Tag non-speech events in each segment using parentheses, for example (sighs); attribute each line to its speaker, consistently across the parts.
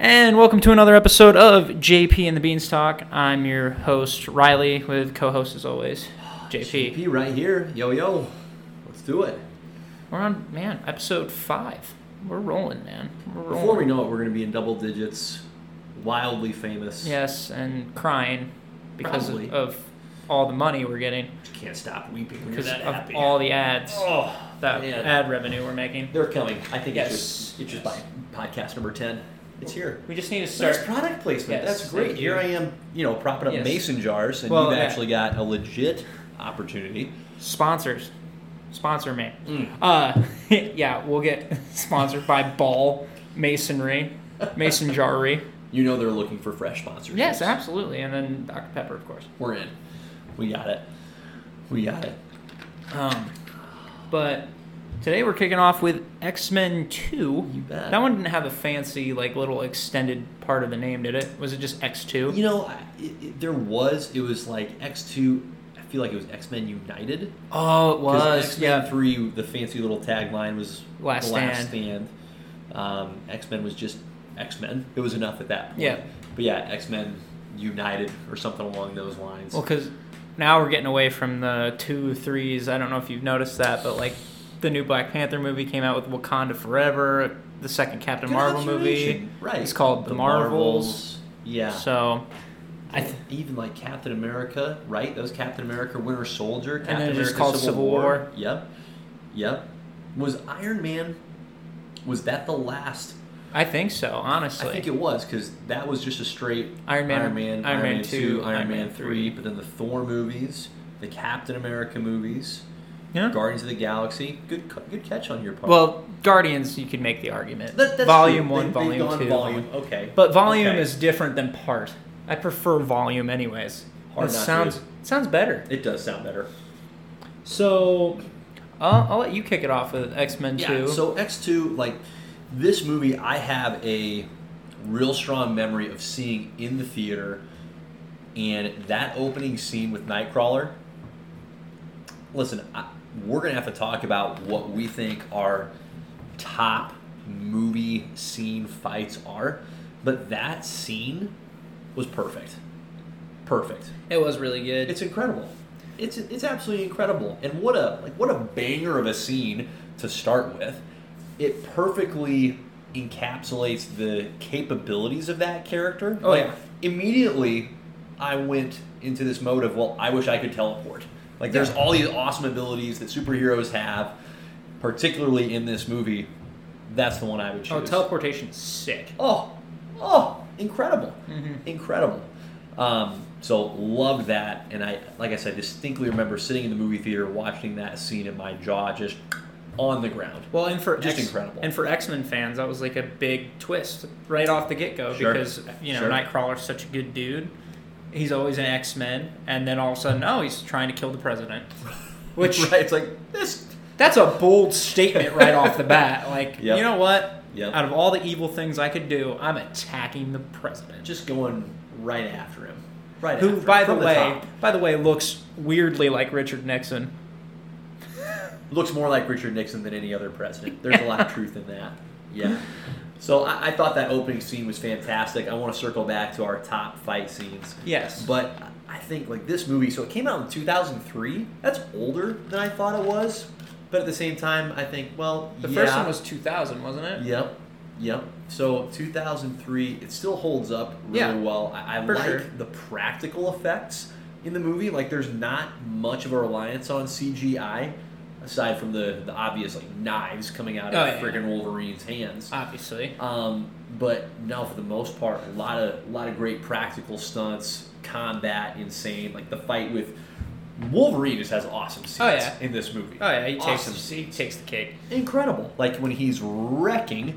Speaker 1: And welcome to another episode of JP and the Beanstalk. I'm your host, Riley, with co host as always, JP.
Speaker 2: P right here. Yo, yo. Let's do it.
Speaker 1: We're on, man, episode five. We're rolling, man. We're rolling.
Speaker 2: Before we know it, we're going to be in double digits, wildly famous.
Speaker 1: Yes, and crying because of,
Speaker 2: Probably.
Speaker 1: of all the money we're getting,
Speaker 2: Can't stop weeping when you're
Speaker 1: because
Speaker 2: that
Speaker 1: of
Speaker 2: happy.
Speaker 1: all the ads,
Speaker 2: oh,
Speaker 1: that
Speaker 2: man.
Speaker 1: ad revenue we're making.
Speaker 2: They're coming. I think
Speaker 1: Yes.
Speaker 2: it's just, it's just by podcast number 10. It's here.
Speaker 1: We just need to start.
Speaker 2: There's product placement.
Speaker 1: Yes,
Speaker 2: That's great.
Speaker 1: thank you.
Speaker 2: Here I am, you know, propping up
Speaker 1: Yes.
Speaker 2: mason jars, and
Speaker 1: Well,
Speaker 2: you've
Speaker 1: yeah.
Speaker 2: actually got a legit opportunity.
Speaker 1: sponsors sponsor me
Speaker 2: Mm.
Speaker 1: uh (laughs) yeah we'll get (laughs) sponsored by ball masonry mason jarry
Speaker 2: You know they're looking for fresh sponsors.
Speaker 1: yes absolutely and then dr pepper of course
Speaker 2: We're in. We got it. We got it.
Speaker 1: um but today we're kicking off with x-men 2
Speaker 2: You bet.
Speaker 1: that one didn't have a fancy like little extended part of the name did it was it just x2
Speaker 2: You know, I- it, it, there was it was like X two. I feel like it was X Men United.
Speaker 1: oh it
Speaker 2: 'Cause
Speaker 1: was
Speaker 2: X-Men
Speaker 1: yeah
Speaker 2: three. The fancy little tagline was
Speaker 1: Last
Speaker 2: the last
Speaker 1: Stand.
Speaker 2: stand. Um, X Men was just X Men. It was enough at that point.
Speaker 1: Yeah.
Speaker 2: But yeah, X Men United or something along those lines.
Speaker 1: well because now we're getting away from the two threes i don't know if you've noticed that but like the new black panther movie came out with wakanda forever the second captain
Speaker 2: Good
Speaker 1: marvel movie
Speaker 2: observation. Right.
Speaker 1: it's called the, marvels,
Speaker 2: Yeah.
Speaker 1: so i th-
Speaker 2: even like Captain America, right? That was Captain America, Winter Soldier, Captain
Speaker 1: then it was
Speaker 2: America,
Speaker 1: just called Civil War.
Speaker 2: Yep, yep. Was Iron Man? Was that the last?
Speaker 1: i think so honestly
Speaker 2: I think it was because that was just a straight
Speaker 1: Iron Man-
Speaker 2: Iron Man,
Speaker 1: Iron Man 2,
Speaker 2: Iron,
Speaker 1: Iron
Speaker 2: Man,
Speaker 1: Man 3.
Speaker 2: three, but then the Thor movies, the Captain America movies,
Speaker 1: yeah
Speaker 2: Guardians of the Galaxy. Good, c- good catch on your part.
Speaker 1: well guardians you could make the argument
Speaker 2: That- that's
Speaker 1: volume
Speaker 2: true.
Speaker 1: one
Speaker 2: They- they've
Speaker 1: volume
Speaker 2: gone
Speaker 1: two
Speaker 2: volume. Okay,
Speaker 1: but volume
Speaker 2: Okay.
Speaker 1: is different than part i prefer volume anyways
Speaker 2: Hard
Speaker 1: it
Speaker 2: not to.
Speaker 1: sounds sounds better
Speaker 2: it does sound better.
Speaker 1: so uh, i'll let you kick it off with x-men 2
Speaker 2: Yeah, so X2, like this movie, I have a real strong memory of seeing in the theater, and that opening scene with Nightcrawler. Listen, I, we're gonna have to talk about what we think are top movie scene fights are, but that scene was perfect. Perfect.
Speaker 1: it was really good
Speaker 2: It's incredible. It's it's absolutely incredible. And what a like what a banger of a scene to start with. It perfectly encapsulates the capabilities of that character.
Speaker 1: Oh,
Speaker 2: Like,
Speaker 1: yeah.
Speaker 2: Immediately I went into this mode of, well, I wish I could teleport. Like there's
Speaker 1: Yeah.
Speaker 2: all these awesome abilities that superheroes have, particularly in this movie. That's the one I would choose.
Speaker 1: Oh, teleportation's sick.
Speaker 2: Oh, oh, incredible,
Speaker 1: Mhm.
Speaker 2: incredible. Um, so loved that, and I, like I said, distinctly remember sitting in the movie theater watching that scene, and my jaw just on the ground. (laughs)
Speaker 1: Well, and for
Speaker 2: Just incredible.
Speaker 1: and for X Men fans, that was like a big twist right off the get go
Speaker 2: Sure.
Speaker 1: because you know
Speaker 2: Sure.
Speaker 1: Nightcrawler's such a good dude. He's always an X Men, and then all of a sudden, oh, he's trying to kill the
Speaker 2: (laughs)
Speaker 1: president. Which
Speaker 2: right, it's like this.
Speaker 1: that's a bold statement right off the
Speaker 2: (laughs)
Speaker 1: bat. Like,
Speaker 2: Yep.
Speaker 1: you know what?
Speaker 2: Yep.
Speaker 1: Out of all the evil things I could do, I'm attacking the president.
Speaker 2: Just going right after him. Right.
Speaker 1: who,
Speaker 2: after him,
Speaker 1: by the
Speaker 2: from
Speaker 1: way,
Speaker 2: top.
Speaker 1: by the way, looks weirdly like Richard Nixon.
Speaker 2: looks more like Richard Nixon than any other president. There's a lot of truth in that.
Speaker 1: (laughs)
Speaker 2: Yeah. So I, I thought that opening scene was fantastic. I want to circle back to our top fight scenes.
Speaker 1: Yes.
Speaker 2: But I think like this movie, so it came out in 2003. That's older than I thought it was. But at the same time, I think well,
Speaker 1: The
Speaker 2: yeah,
Speaker 1: first one was 2000, wasn't it?
Speaker 2: Yep. Yep. So 2003, it still holds up really
Speaker 1: Yeah.
Speaker 2: well. I, I
Speaker 1: For
Speaker 2: like
Speaker 1: sure.
Speaker 2: the practical effects in the movie. Like, there's not much of a reliance on CGI, aside from the, the obvious, like, knives coming out of
Speaker 1: Oh, yeah.
Speaker 2: freaking Wolverine's hands.
Speaker 1: Obviously.
Speaker 2: Um, but no, for the most part, a lot of lot of great practical stunts, combat, insane. Like the fight with Wolverine just has awesome scenes
Speaker 1: Oh, yeah.
Speaker 2: in this movie.
Speaker 1: Oh yeah, he takes
Speaker 2: awesome
Speaker 1: he takes the cake.
Speaker 2: incredible. Like when he's wrecking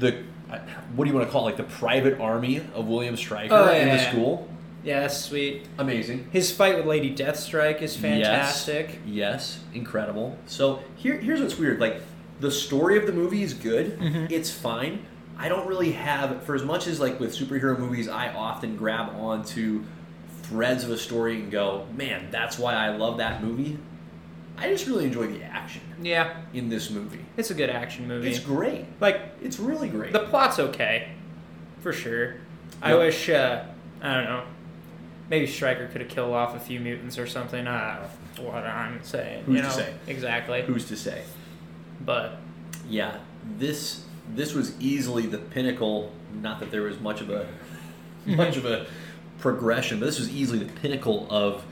Speaker 2: the uh, what do you want to call it? like the private army of William Stryker
Speaker 1: Oh,
Speaker 2: in the
Speaker 1: yeah.
Speaker 2: school.
Speaker 1: Yeah, that's sweet.
Speaker 2: Amazing.
Speaker 1: His fight with Lady Deathstrike is fantastic.
Speaker 2: Yes, yes, incredible. So here, here's what's weird. Like the story of the movie is good. It's fine. I don't really have for as much as like with superhero movies, I often grab onto threads of a story and go, man, that's why I love that movie. I just really enjoy the action
Speaker 1: Yeah,
Speaker 2: in this movie.
Speaker 1: it's a good action movie.
Speaker 2: It's great.
Speaker 1: like
Speaker 2: It's really great.
Speaker 1: the plot's okay. for sure. I
Speaker 2: Yep.
Speaker 1: wish uh, I don't know. Maybe Stryker could have killed off a few mutants or something. I don't know what I'm saying.
Speaker 2: Who's
Speaker 1: you
Speaker 2: to
Speaker 1: know?
Speaker 2: say?
Speaker 1: Exactly.
Speaker 2: Who's to say?
Speaker 1: But
Speaker 2: Yeah, this this was easily the pinnacle. Not that there was much
Speaker 1: (laughs)
Speaker 2: of a much of a progression, but this was easily the pinnacle of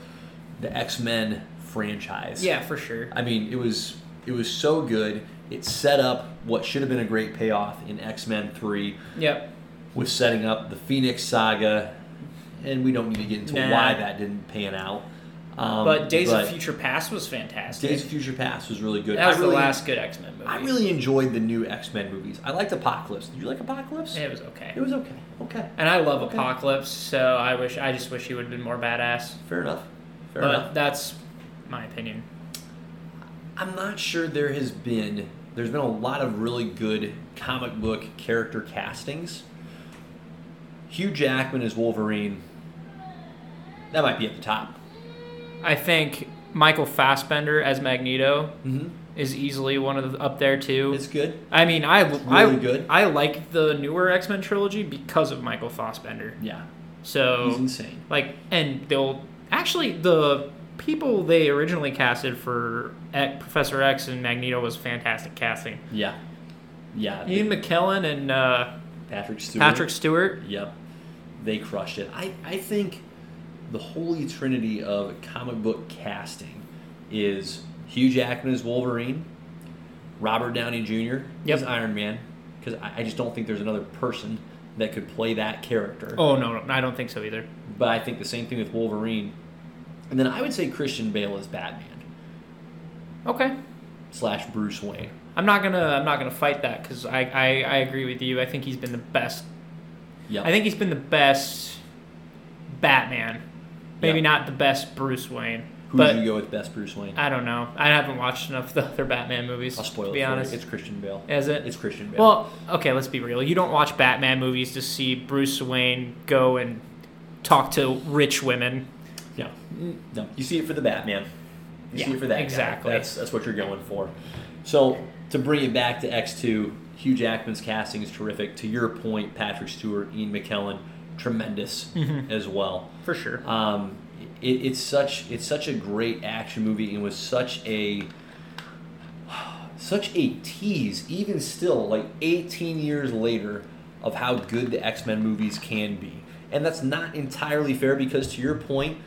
Speaker 2: the X Men franchise.
Speaker 1: yeah, for sure.
Speaker 2: I mean, it was it was so good. It set up what should have been a great payoff in X Men Three
Speaker 1: Yep.
Speaker 2: with setting up the Phoenix Saga, and we don't need to get into
Speaker 1: Nah.
Speaker 2: why that didn't pan out. Um,
Speaker 1: But Days
Speaker 2: but
Speaker 1: of Future Past was fantastic.
Speaker 2: Days of Future Past was really good.
Speaker 1: that was
Speaker 2: I really,
Speaker 1: the last good X Men movie.
Speaker 2: I really enjoyed the new X Men movies. I liked Apocalypse. Did you like Apocalypse?
Speaker 1: it was okay.
Speaker 2: It was okay. Okay.
Speaker 1: And I love
Speaker 2: Okay.
Speaker 1: Apocalypse, so I wish I just wish he would have been more badass.
Speaker 2: Fair enough. Fair
Speaker 1: but
Speaker 2: enough.
Speaker 1: that's my opinion.
Speaker 2: I'm not sure there has been there's been a lot of really good comic book character castings. Hugh Jackman as Wolverine. That might be at the top.
Speaker 1: I think Michael Fassbender as Magneto
Speaker 2: Mm-hmm.
Speaker 1: is easily one of the, up there too.
Speaker 2: It's good.
Speaker 1: I mean, I I
Speaker 2: really good.
Speaker 1: I like the newer X Men trilogy because of Michael Fassbender.
Speaker 2: Yeah. He's
Speaker 1: So
Speaker 2: insane.
Speaker 1: like, and they'll actually the people they originally casted for X, Professor X and Magneto was fantastic casting.
Speaker 2: Yeah. Yeah.
Speaker 1: Ian McKellen and uh,
Speaker 2: Patrick Stewart.
Speaker 1: Patrick Stewart.
Speaker 2: Yep. They crushed it. I, I think the holy trinity of comic book casting is Hugh Jackman as Wolverine, Robert Downey Jr. as
Speaker 1: Yep.
Speaker 2: Iron Man, because I, I just don't think there's another person that could play that character.
Speaker 1: Oh no, no, I don't think so either.
Speaker 2: But I think the same thing with Wolverine. And then I would say Christian Bale as Batman
Speaker 1: Okay.
Speaker 2: slash Bruce Wayne.
Speaker 1: I'm not gonna I'm not gonna fight that because I, I I agree with you. I think he's been the best.
Speaker 2: Yep.
Speaker 1: I think he's been the best Batman. Maybe
Speaker 2: Yeah.
Speaker 1: not the best Bruce Wayne,
Speaker 2: Who
Speaker 1: but
Speaker 2: do you go with best Bruce Wayne?
Speaker 1: I don't know. I haven't watched enough of the other Batman movies.
Speaker 2: I'll spoil
Speaker 1: to
Speaker 2: it.
Speaker 1: be
Speaker 2: for you.
Speaker 1: honest,
Speaker 2: It's Christian Bale.
Speaker 1: is it?
Speaker 2: It's Christian Bale.
Speaker 1: well, okay. Let's be real. You don't watch Batman movies to see Bruce Wayne go and talk to rich women.
Speaker 2: Yeah. Mm. No. You see it for the Batman. You see
Speaker 1: Yeah,
Speaker 2: it for that. guy.
Speaker 1: exactly.
Speaker 2: That's that's what you're going for. So to bring it back to X2, Hugh Jackman's casting is terrific. To your point, Patrick Stewart, Ian McKellen, tremendous
Speaker 1: Mm-hmm.
Speaker 2: as well.
Speaker 1: For sure.
Speaker 2: Um, it, it's such it's such a great action movie and was such a (sighs) such a tease even still like 18 years later of how good the X-Men movies can be. And that's not entirely fair because to your point,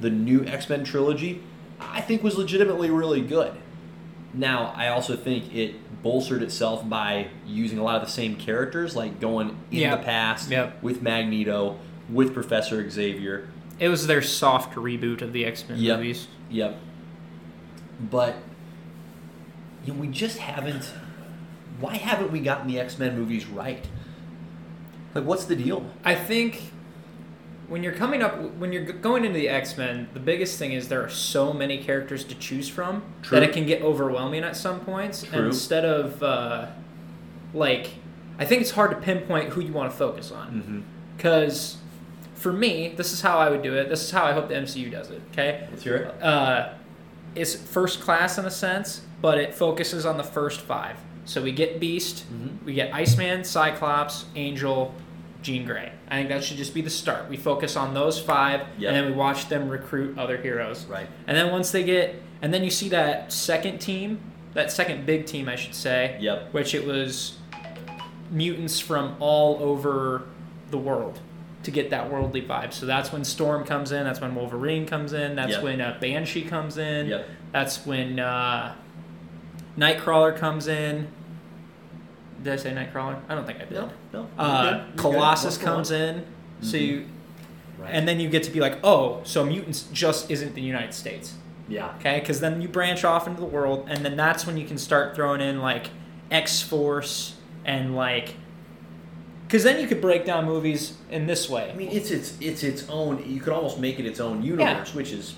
Speaker 2: the new X-Men trilogy I think was legitimately really good. Now, I also think it bolstered itself by using a lot of the same characters like going in
Speaker 1: Yep.
Speaker 2: the past
Speaker 1: Yep.
Speaker 2: with Magneto, with Professor Xavier,
Speaker 1: It was their soft reboot of the X Men
Speaker 2: Yep.
Speaker 1: movies.
Speaker 2: Yep. But you know, we just haven't. Why haven't we gotten the X Men movies right? Like, what's the deal?
Speaker 1: I think when you're coming up, when you're g- going into the X Men, the biggest thing is there are so many characters to choose from
Speaker 2: True.
Speaker 1: that it can get overwhelming at some points. And
Speaker 2: True.
Speaker 1: instead of uh, like, I think it's hard to pinpoint who you want to focus on
Speaker 2: Mm-hmm.
Speaker 1: because for me, this is how I would do it. This is how I hope the MCU does it. Okay,
Speaker 2: Let's hear it.
Speaker 1: uh, it's first class in a sense, but it focuses on the first five. So we get Beast,
Speaker 2: Mhm.
Speaker 1: we get Iceman, Cyclops, Angel, Jean Grey. I think that should just be the start. We focus on those five,
Speaker 2: Yep.
Speaker 1: and then we watch them recruit other heroes.
Speaker 2: Right.
Speaker 1: And then once they get, and then you see that second team, that second big team, I should say,
Speaker 2: Yep.
Speaker 1: which it was mutants from all over the world to get that worldly vibe. So that's when Storm comes in. That's when Wolverine comes in. That's
Speaker 2: Yep.
Speaker 1: when uh, Banshee comes in.
Speaker 2: Yep.
Speaker 1: That's when uh, Nightcrawler comes in. Did I say Nightcrawler? I don't think I did.
Speaker 2: No. No.
Speaker 1: Uh, Colossus comes in. So you, and then you get to be like, oh, so mutants just isn't the United States
Speaker 2: yeah.
Speaker 1: okay because then you branch off into the world and then that's when you can start throwing in like x-force and like because then you could break down movies in this way
Speaker 2: I mean, it's its it's its own. You could almost make it its own universe, which is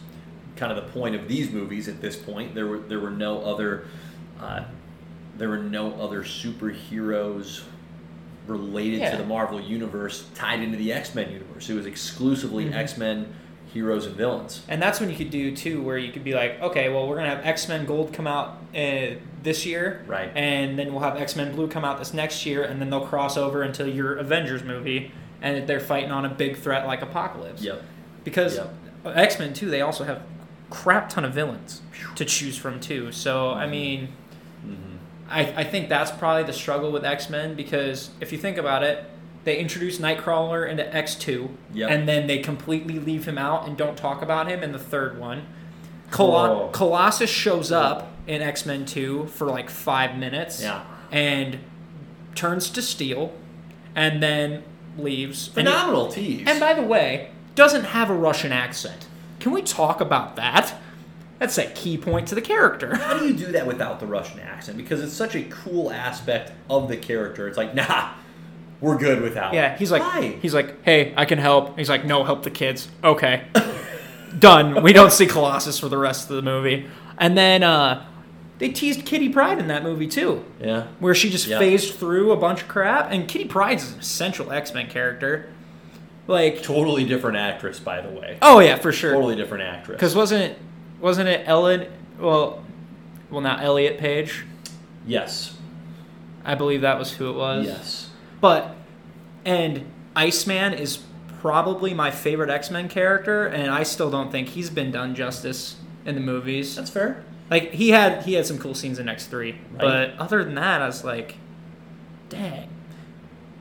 Speaker 2: kind of the point of these movies at this point. There were there were no other, uh, there were no other superheroes related
Speaker 1: Yeah.
Speaker 2: to the Marvel universe tied into the X Men universe. It was exclusively
Speaker 1: Mhm.
Speaker 2: X Men heroes and villains.
Speaker 1: And that's when you could do too, where you could be like, okay, well, we're gonna have X Men Gold come out uh, this year,
Speaker 2: Right.
Speaker 1: And then we'll have X Men Blue come out this next year, and then they'll cross over into your Avengers movie, and they're fighting on a big threat like Apocalypse.
Speaker 2: Yep.
Speaker 1: Because
Speaker 2: Yep.
Speaker 1: X Men too, they also have crap ton of villains to choose from too. So
Speaker 2: Mm-hmm.
Speaker 1: I mean,
Speaker 2: hmm
Speaker 1: I I think that's probably the struggle with X Men because if you think about it, they introduced Nightcrawler into X two.
Speaker 2: Yep.
Speaker 1: and then they completely leave him out and don't talk about him in the third one.
Speaker 2: Whoa.
Speaker 1: Colo- Colossus shows up in X Men 2 for like five minutes
Speaker 2: yeah.
Speaker 1: and turns to steel and then leaves. And he-
Speaker 2: Phenomenal tease.
Speaker 1: and by the way, doesn't have a Russian accent. Can we talk about that? That's a key point to the character. (laughs)
Speaker 2: How do you do that without the Russian accent? Because it's such a cool aspect of the character. It's like, nah, we're good without. it.
Speaker 1: Yeah, he's like,
Speaker 2: Why?
Speaker 1: he's like, hey, I can help. He's like, no, help the kids. Okay, (laughs) done. We don't see Colossus for the rest of the movie. And then uh, they teased Kitty Pride in that movie too,
Speaker 2: yeah.
Speaker 1: where she just
Speaker 2: Yeah.
Speaker 1: phased through a bunch of crap. And Kitty Pride's an essential X Men character. Like,
Speaker 2: Totally different actress, by the way.
Speaker 1: oh yeah, for sure.
Speaker 2: Totally different actress.
Speaker 1: Because wasn't wasn't it Ellen? Well, well, not Elliot Page.
Speaker 2: yes,
Speaker 1: I believe that was who it was.
Speaker 2: yes,
Speaker 1: But and Iceman is probably my favorite X-Men character and I still don't think he's been done justice in the movies.
Speaker 2: that's fair.
Speaker 1: Like he had he had some cool scenes in X3, but other than that I was like dang.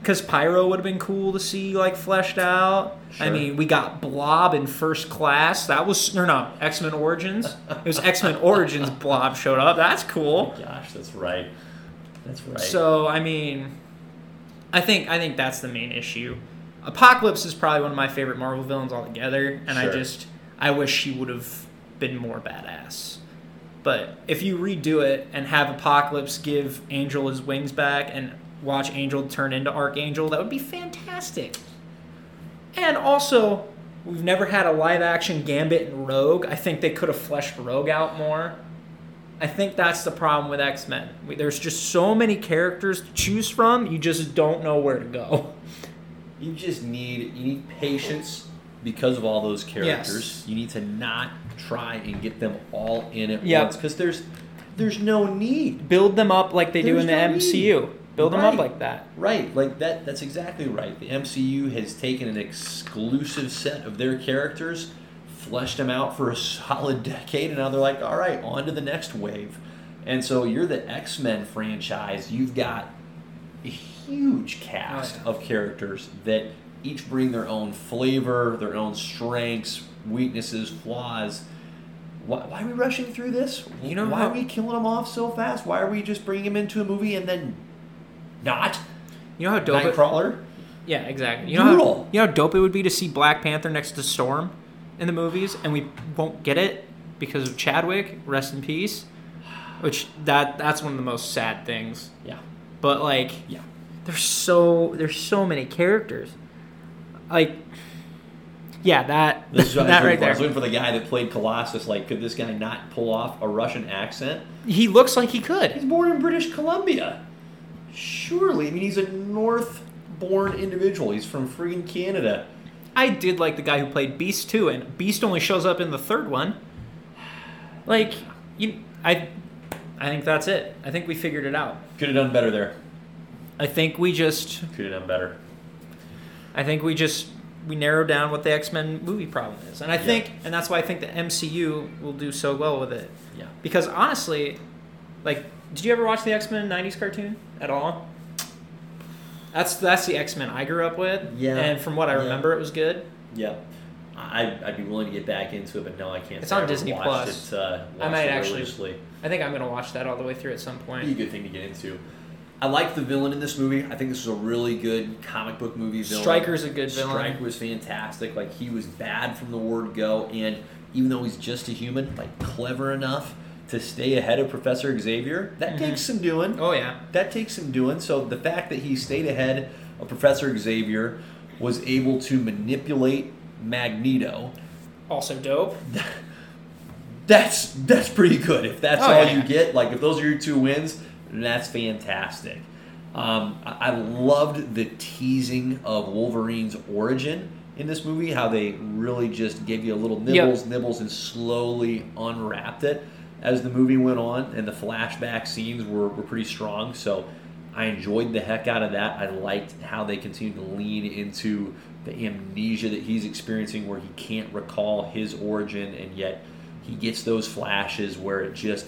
Speaker 1: Cuz Pyro would have been cool to see like fleshed out. I
Speaker 2: Sure.
Speaker 1: mean, we got Blob in First Class. That was no no, X-Men Origins. It was X-Men Origins Blob showed up. That's cool.
Speaker 2: Oh, Gosh, that's right. That's right.
Speaker 1: So I mean, I think I think that's the main issue. Apocalypse is probably one of my favorite Marvel villains altogether, and I
Speaker 2: Sure.
Speaker 1: just I wish she would have been more badass. But if you redo it and have Apocalypse give Angel his wings back and watch Angel turn into Archangel, that would be fantastic. And also, we've never had a live action Gambit and Rogue. I think they could have fleshed Rogue out more. I think that's the problem with X Men. There's just so many characters to choose from, you just don't know where to go. (laughs)
Speaker 2: you just need you need patience because of all those characters. You need to not try and get them all in at
Speaker 1: Yep.
Speaker 2: once because there's there's no need.
Speaker 1: Build them up like they do in the
Speaker 2: There's no
Speaker 1: MCU. Build them up
Speaker 2: Right.
Speaker 1: like that.
Speaker 2: Right, like that. That's exactly right. The MCU has taken an exclusive set of their characters, fleshed them out for a solid (laughs) decade, and now they're like, all right, on to the next wave. And so you're the X Men franchise. You've got a huge cast
Speaker 1: Oh, yeah.
Speaker 2: of characters that each bring their own flavor, their own strengths, weaknesses, flaws. Why, why are we rushing through this?
Speaker 1: You know
Speaker 2: why
Speaker 1: how-
Speaker 2: are we killing them off so fast? Why are we just bringing them into a movie and then not?
Speaker 1: You know how dope. It,
Speaker 2: Nightcrawler.
Speaker 1: yeah, exactly. You know, how,
Speaker 2: Brutal.
Speaker 1: you know how dope it would be to see Black Panther next to Storm in the movies, and we won't get it because of Chadwick. Rest in peace. Which that that's one of the most sad things.
Speaker 2: Yeah,
Speaker 1: But like,
Speaker 2: yeah.
Speaker 1: there's so there's so many characters. Like, yeah, that
Speaker 2: (laughs) This is what
Speaker 1: that
Speaker 2: I
Speaker 1: right
Speaker 2: was looking for. I
Speaker 1: there.
Speaker 2: was looking for the guy that played Colossus. Like, could this guy not pull off a Russian accent?
Speaker 1: He looks like he could.
Speaker 2: He's born in British Columbia. Surely, I mean, he's a North-born individual. He's from friggin' Canada.
Speaker 1: I did like the guy who played Beast too, and Beast only shows up in the third one. Like, you, I, I think that's it. I think we figured it out.
Speaker 2: Could have done better there.
Speaker 1: I think we just,
Speaker 2: Could have done better.
Speaker 1: I think we just, we narrowed down what the X Men movie problem is, and I
Speaker 2: Yeah.
Speaker 1: think, and that's why I think the MCU will do so well with it,
Speaker 2: Yeah.
Speaker 1: because honestly, like, did you ever watch the X Men '90s cartoon at all? That's that's the X Men I grew up with,
Speaker 2: Yeah.
Speaker 1: And from what I
Speaker 2: Yeah.
Speaker 1: remember, it was good.
Speaker 2: Yeah. I, I'd be willing to get back into it, but no, I can't.
Speaker 1: It's
Speaker 2: say
Speaker 1: on
Speaker 2: I've
Speaker 1: Disney
Speaker 2: watched
Speaker 1: Plus.
Speaker 2: It, uh,
Speaker 1: I
Speaker 2: watched
Speaker 1: might
Speaker 2: it
Speaker 1: actually-
Speaker 2: religiously.
Speaker 1: I think I'm gonna watch that all the way through at some
Speaker 2: Be a
Speaker 1: point.
Speaker 2: good thing to get into. I like the villain in this movie. I think this is a really good comic book movie villain.
Speaker 1: Striker's a good villain.
Speaker 2: Strike was fantastic. Like he was bad from the word go, and even though he's just a human, like clever enough to stay ahead of Professor Xavier. That
Speaker 1: Mhm.
Speaker 2: takes some doing.
Speaker 1: Oh yeah.
Speaker 2: That takes some doing. So the fact that he stayed ahead of Professor Xavier was able to manipulate Magneto. (laughs)
Speaker 1: Also dope.
Speaker 2: That's that's pretty good. If that's
Speaker 1: Oh,
Speaker 2: all
Speaker 1: yeah,
Speaker 2: you
Speaker 1: yeah.
Speaker 2: get, like if those are your two wins, then that's fantastic. Um, I, I loved the teasing of Wolverine's origin in this movie, how they really just gave you a little
Speaker 1: Yep.
Speaker 2: nibbles, nibbles, and slowly unwrapped it as the movie went on, and the flashback scenes were, were pretty strong. So I enjoyed the heck out of that. I liked how they continued to lean into the amnesia that he's experiencing, where he can't recall his origin, and yet he gets those flashes where it just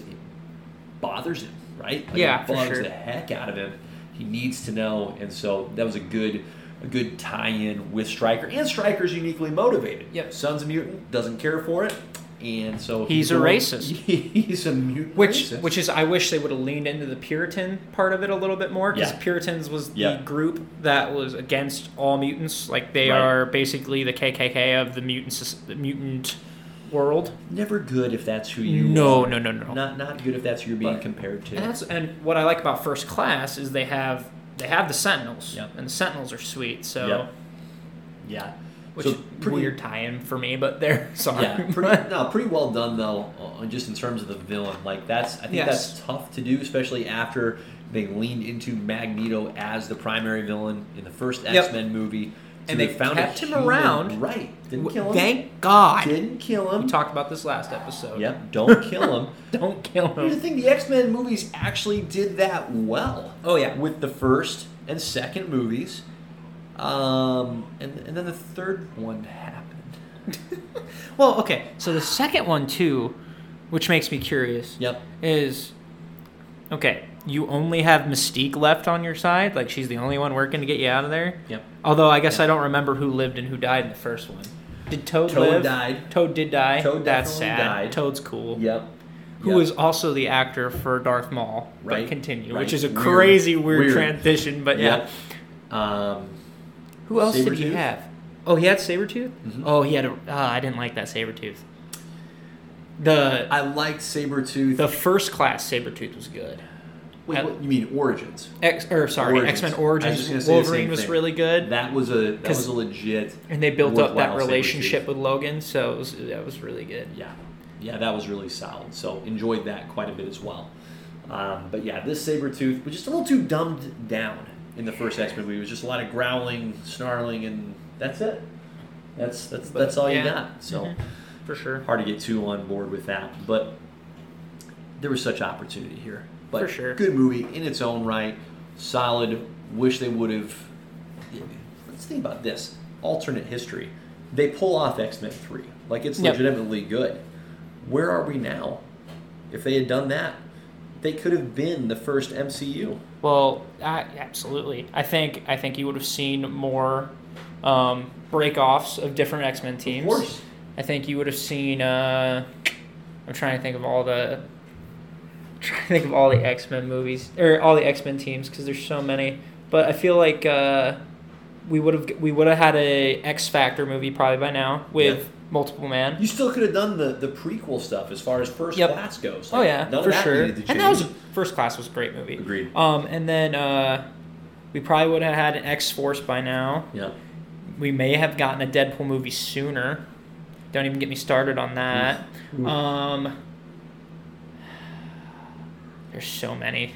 Speaker 2: bothers him, right? Like,
Speaker 1: Yeah,
Speaker 2: it
Speaker 1: for
Speaker 2: bugs
Speaker 1: sure.
Speaker 2: the heck out of him. He needs to know, and so that was a good, a good tie-in with Stryker. And Stryker's uniquely motivated.
Speaker 1: Yep.
Speaker 2: Son's a mutant, doesn't care for it, and so
Speaker 1: He's a
Speaker 2: going-
Speaker 1: racist.
Speaker 2: (laughs) He's a mutant.
Speaker 1: Which,
Speaker 2: racist.
Speaker 1: which is, I wish they would have leaned into the Puritan part of it a little bit more because
Speaker 2: Yeah.
Speaker 1: Puritans was the
Speaker 2: Yeah.
Speaker 1: group that was against all mutants. Like they
Speaker 2: Right.
Speaker 1: are basically the KKK of the mutant soc- the mutant world.
Speaker 2: never good if that's who you.
Speaker 1: No,
Speaker 2: are.
Speaker 1: no, no, no.
Speaker 2: Not not good if that's who you're being
Speaker 1: But-
Speaker 2: compared to.
Speaker 1: And that's and what I like about First Class is they have they have the Sentinels,
Speaker 2: Yep.
Speaker 1: and the Sentinels are sweet. So,
Speaker 2: Yep. yeah.
Speaker 1: which
Speaker 2: So
Speaker 1: is
Speaker 2: pretty-
Speaker 1: weird tie-in for me, but they're (laughs) sorry.
Speaker 2: Yeah, (laughs) pretty, no, pretty well done though. uh, Just in terms of the villain, like that's I think
Speaker 1: Yes.
Speaker 2: that's tough to do, especially after they leaned into Magneto as the primary villain in the first
Speaker 1: Yep.
Speaker 2: X Men movie, So
Speaker 1: And they kept
Speaker 2: a
Speaker 1: him
Speaker 2: human-
Speaker 1: around.
Speaker 2: Right? Didn't
Speaker 1: W-
Speaker 2: kill him.
Speaker 1: Thank God.
Speaker 2: Didn't kill
Speaker 1: We
Speaker 2: him.
Speaker 1: talked about this last episode.
Speaker 2: Yep. Don't
Speaker 1: (laughs)
Speaker 2: kill him.
Speaker 1: Don't kill
Speaker 2: Here's the
Speaker 1: him.
Speaker 2: thing: the X Men movies actually did that well.
Speaker 1: Oh, yeah.
Speaker 2: with the first and second movies, um, and and then the third one happened.
Speaker 1: Well, okay. So the second one too, which makes me curious,
Speaker 2: Yep.
Speaker 1: is okay. You only have Mystique left on your side. Like she's the only one working to get you out of there.
Speaker 2: Yep.
Speaker 1: Although I guess
Speaker 2: Yeah.
Speaker 1: I don't remember who lived and who died in the first one. Did Toad,
Speaker 2: Toad
Speaker 1: live?
Speaker 2: died.
Speaker 1: Toad did die.
Speaker 2: Toad
Speaker 1: That's
Speaker 2: definitely
Speaker 1: sad.
Speaker 2: died.
Speaker 1: Toad's cool.
Speaker 2: Yep.
Speaker 1: Who
Speaker 2: Yep.
Speaker 1: was also the actor for Darth Maul. but
Speaker 2: Right.
Speaker 1: continue,
Speaker 2: Right.
Speaker 1: which is a
Speaker 2: Weird.
Speaker 1: crazy weird,
Speaker 2: Weird.
Speaker 1: transition. But yeah.
Speaker 2: Yep. Um,
Speaker 1: Who else did he
Speaker 2: Sabretooth?
Speaker 1: have? Oh, he had Sabretooth?
Speaker 2: Mhm.
Speaker 1: Oh, he had a. ah, I didn't like that Sabretooth. The
Speaker 2: I liked Sabretooth.
Speaker 1: the first class Sabretooth was good.
Speaker 2: Wait, what, you mean Origins?
Speaker 1: X or sorry,
Speaker 2: Origins.
Speaker 1: X Men
Speaker 2: I was
Speaker 1: Origins
Speaker 2: just gonna say the
Speaker 1: Wolverine
Speaker 2: same
Speaker 1: was
Speaker 2: thing.
Speaker 1: really good.
Speaker 2: That was a that
Speaker 1: 'Cause-
Speaker 2: was a legit.
Speaker 1: and they built up that
Speaker 2: worthwhile
Speaker 1: relationship
Speaker 2: Sabretooth.
Speaker 1: with Logan, so it was, that was really good.
Speaker 2: Yeah, yeah, that was really solid. So enjoyed that quite a bit as well. Um, but yeah, this saber tooth was just a little too dumbed down in the first X Men movie. It was just a lot of growling, snarling, and that's it. That's that's
Speaker 1: But,
Speaker 2: that's all
Speaker 1: yeah.
Speaker 2: you got. So.
Speaker 1: Mhm. For sure.
Speaker 2: hard to get too on board with that. But there was such opportunity here. But
Speaker 1: For sure.
Speaker 2: good movie in its own right, solid. Wish they would have. Let's think about this alternate history. They pull off X Men Three, like it's
Speaker 1: Yep.
Speaker 2: legitimately good. Where are we now? If they had done that, they could have been the first MCU.
Speaker 1: Well, I, absolutely. I think I think you would have seen more um, breakoffs of different X Men teams.
Speaker 2: Of course,
Speaker 1: I think you would have seen. Uh, I'm trying to think of all the. (laughs) Trying to think of all the X Men movies or all the X Men teams because there's so many. But I feel like uh, we would have we would have had a X Factor movie probably by now with
Speaker 2: Yeah.
Speaker 1: Multiple Man.
Speaker 2: you still could have done the, the prequel stuff as far as first
Speaker 1: Yep.
Speaker 2: class goes.
Speaker 1: Oh
Speaker 2: Like,
Speaker 1: yeah,
Speaker 2: none of
Speaker 1: for
Speaker 2: that
Speaker 1: sure.
Speaker 2: needed to
Speaker 1: And that was
Speaker 2: change.
Speaker 1: First Class was a great movie.
Speaker 2: Agreed.
Speaker 1: Um, and then uh, we probably would have had an X Force by now.
Speaker 2: yeah.
Speaker 1: We may have gotten a Deadpool movie sooner. Don't even get me started on that.
Speaker 2: Oof.
Speaker 1: Um, there's so many.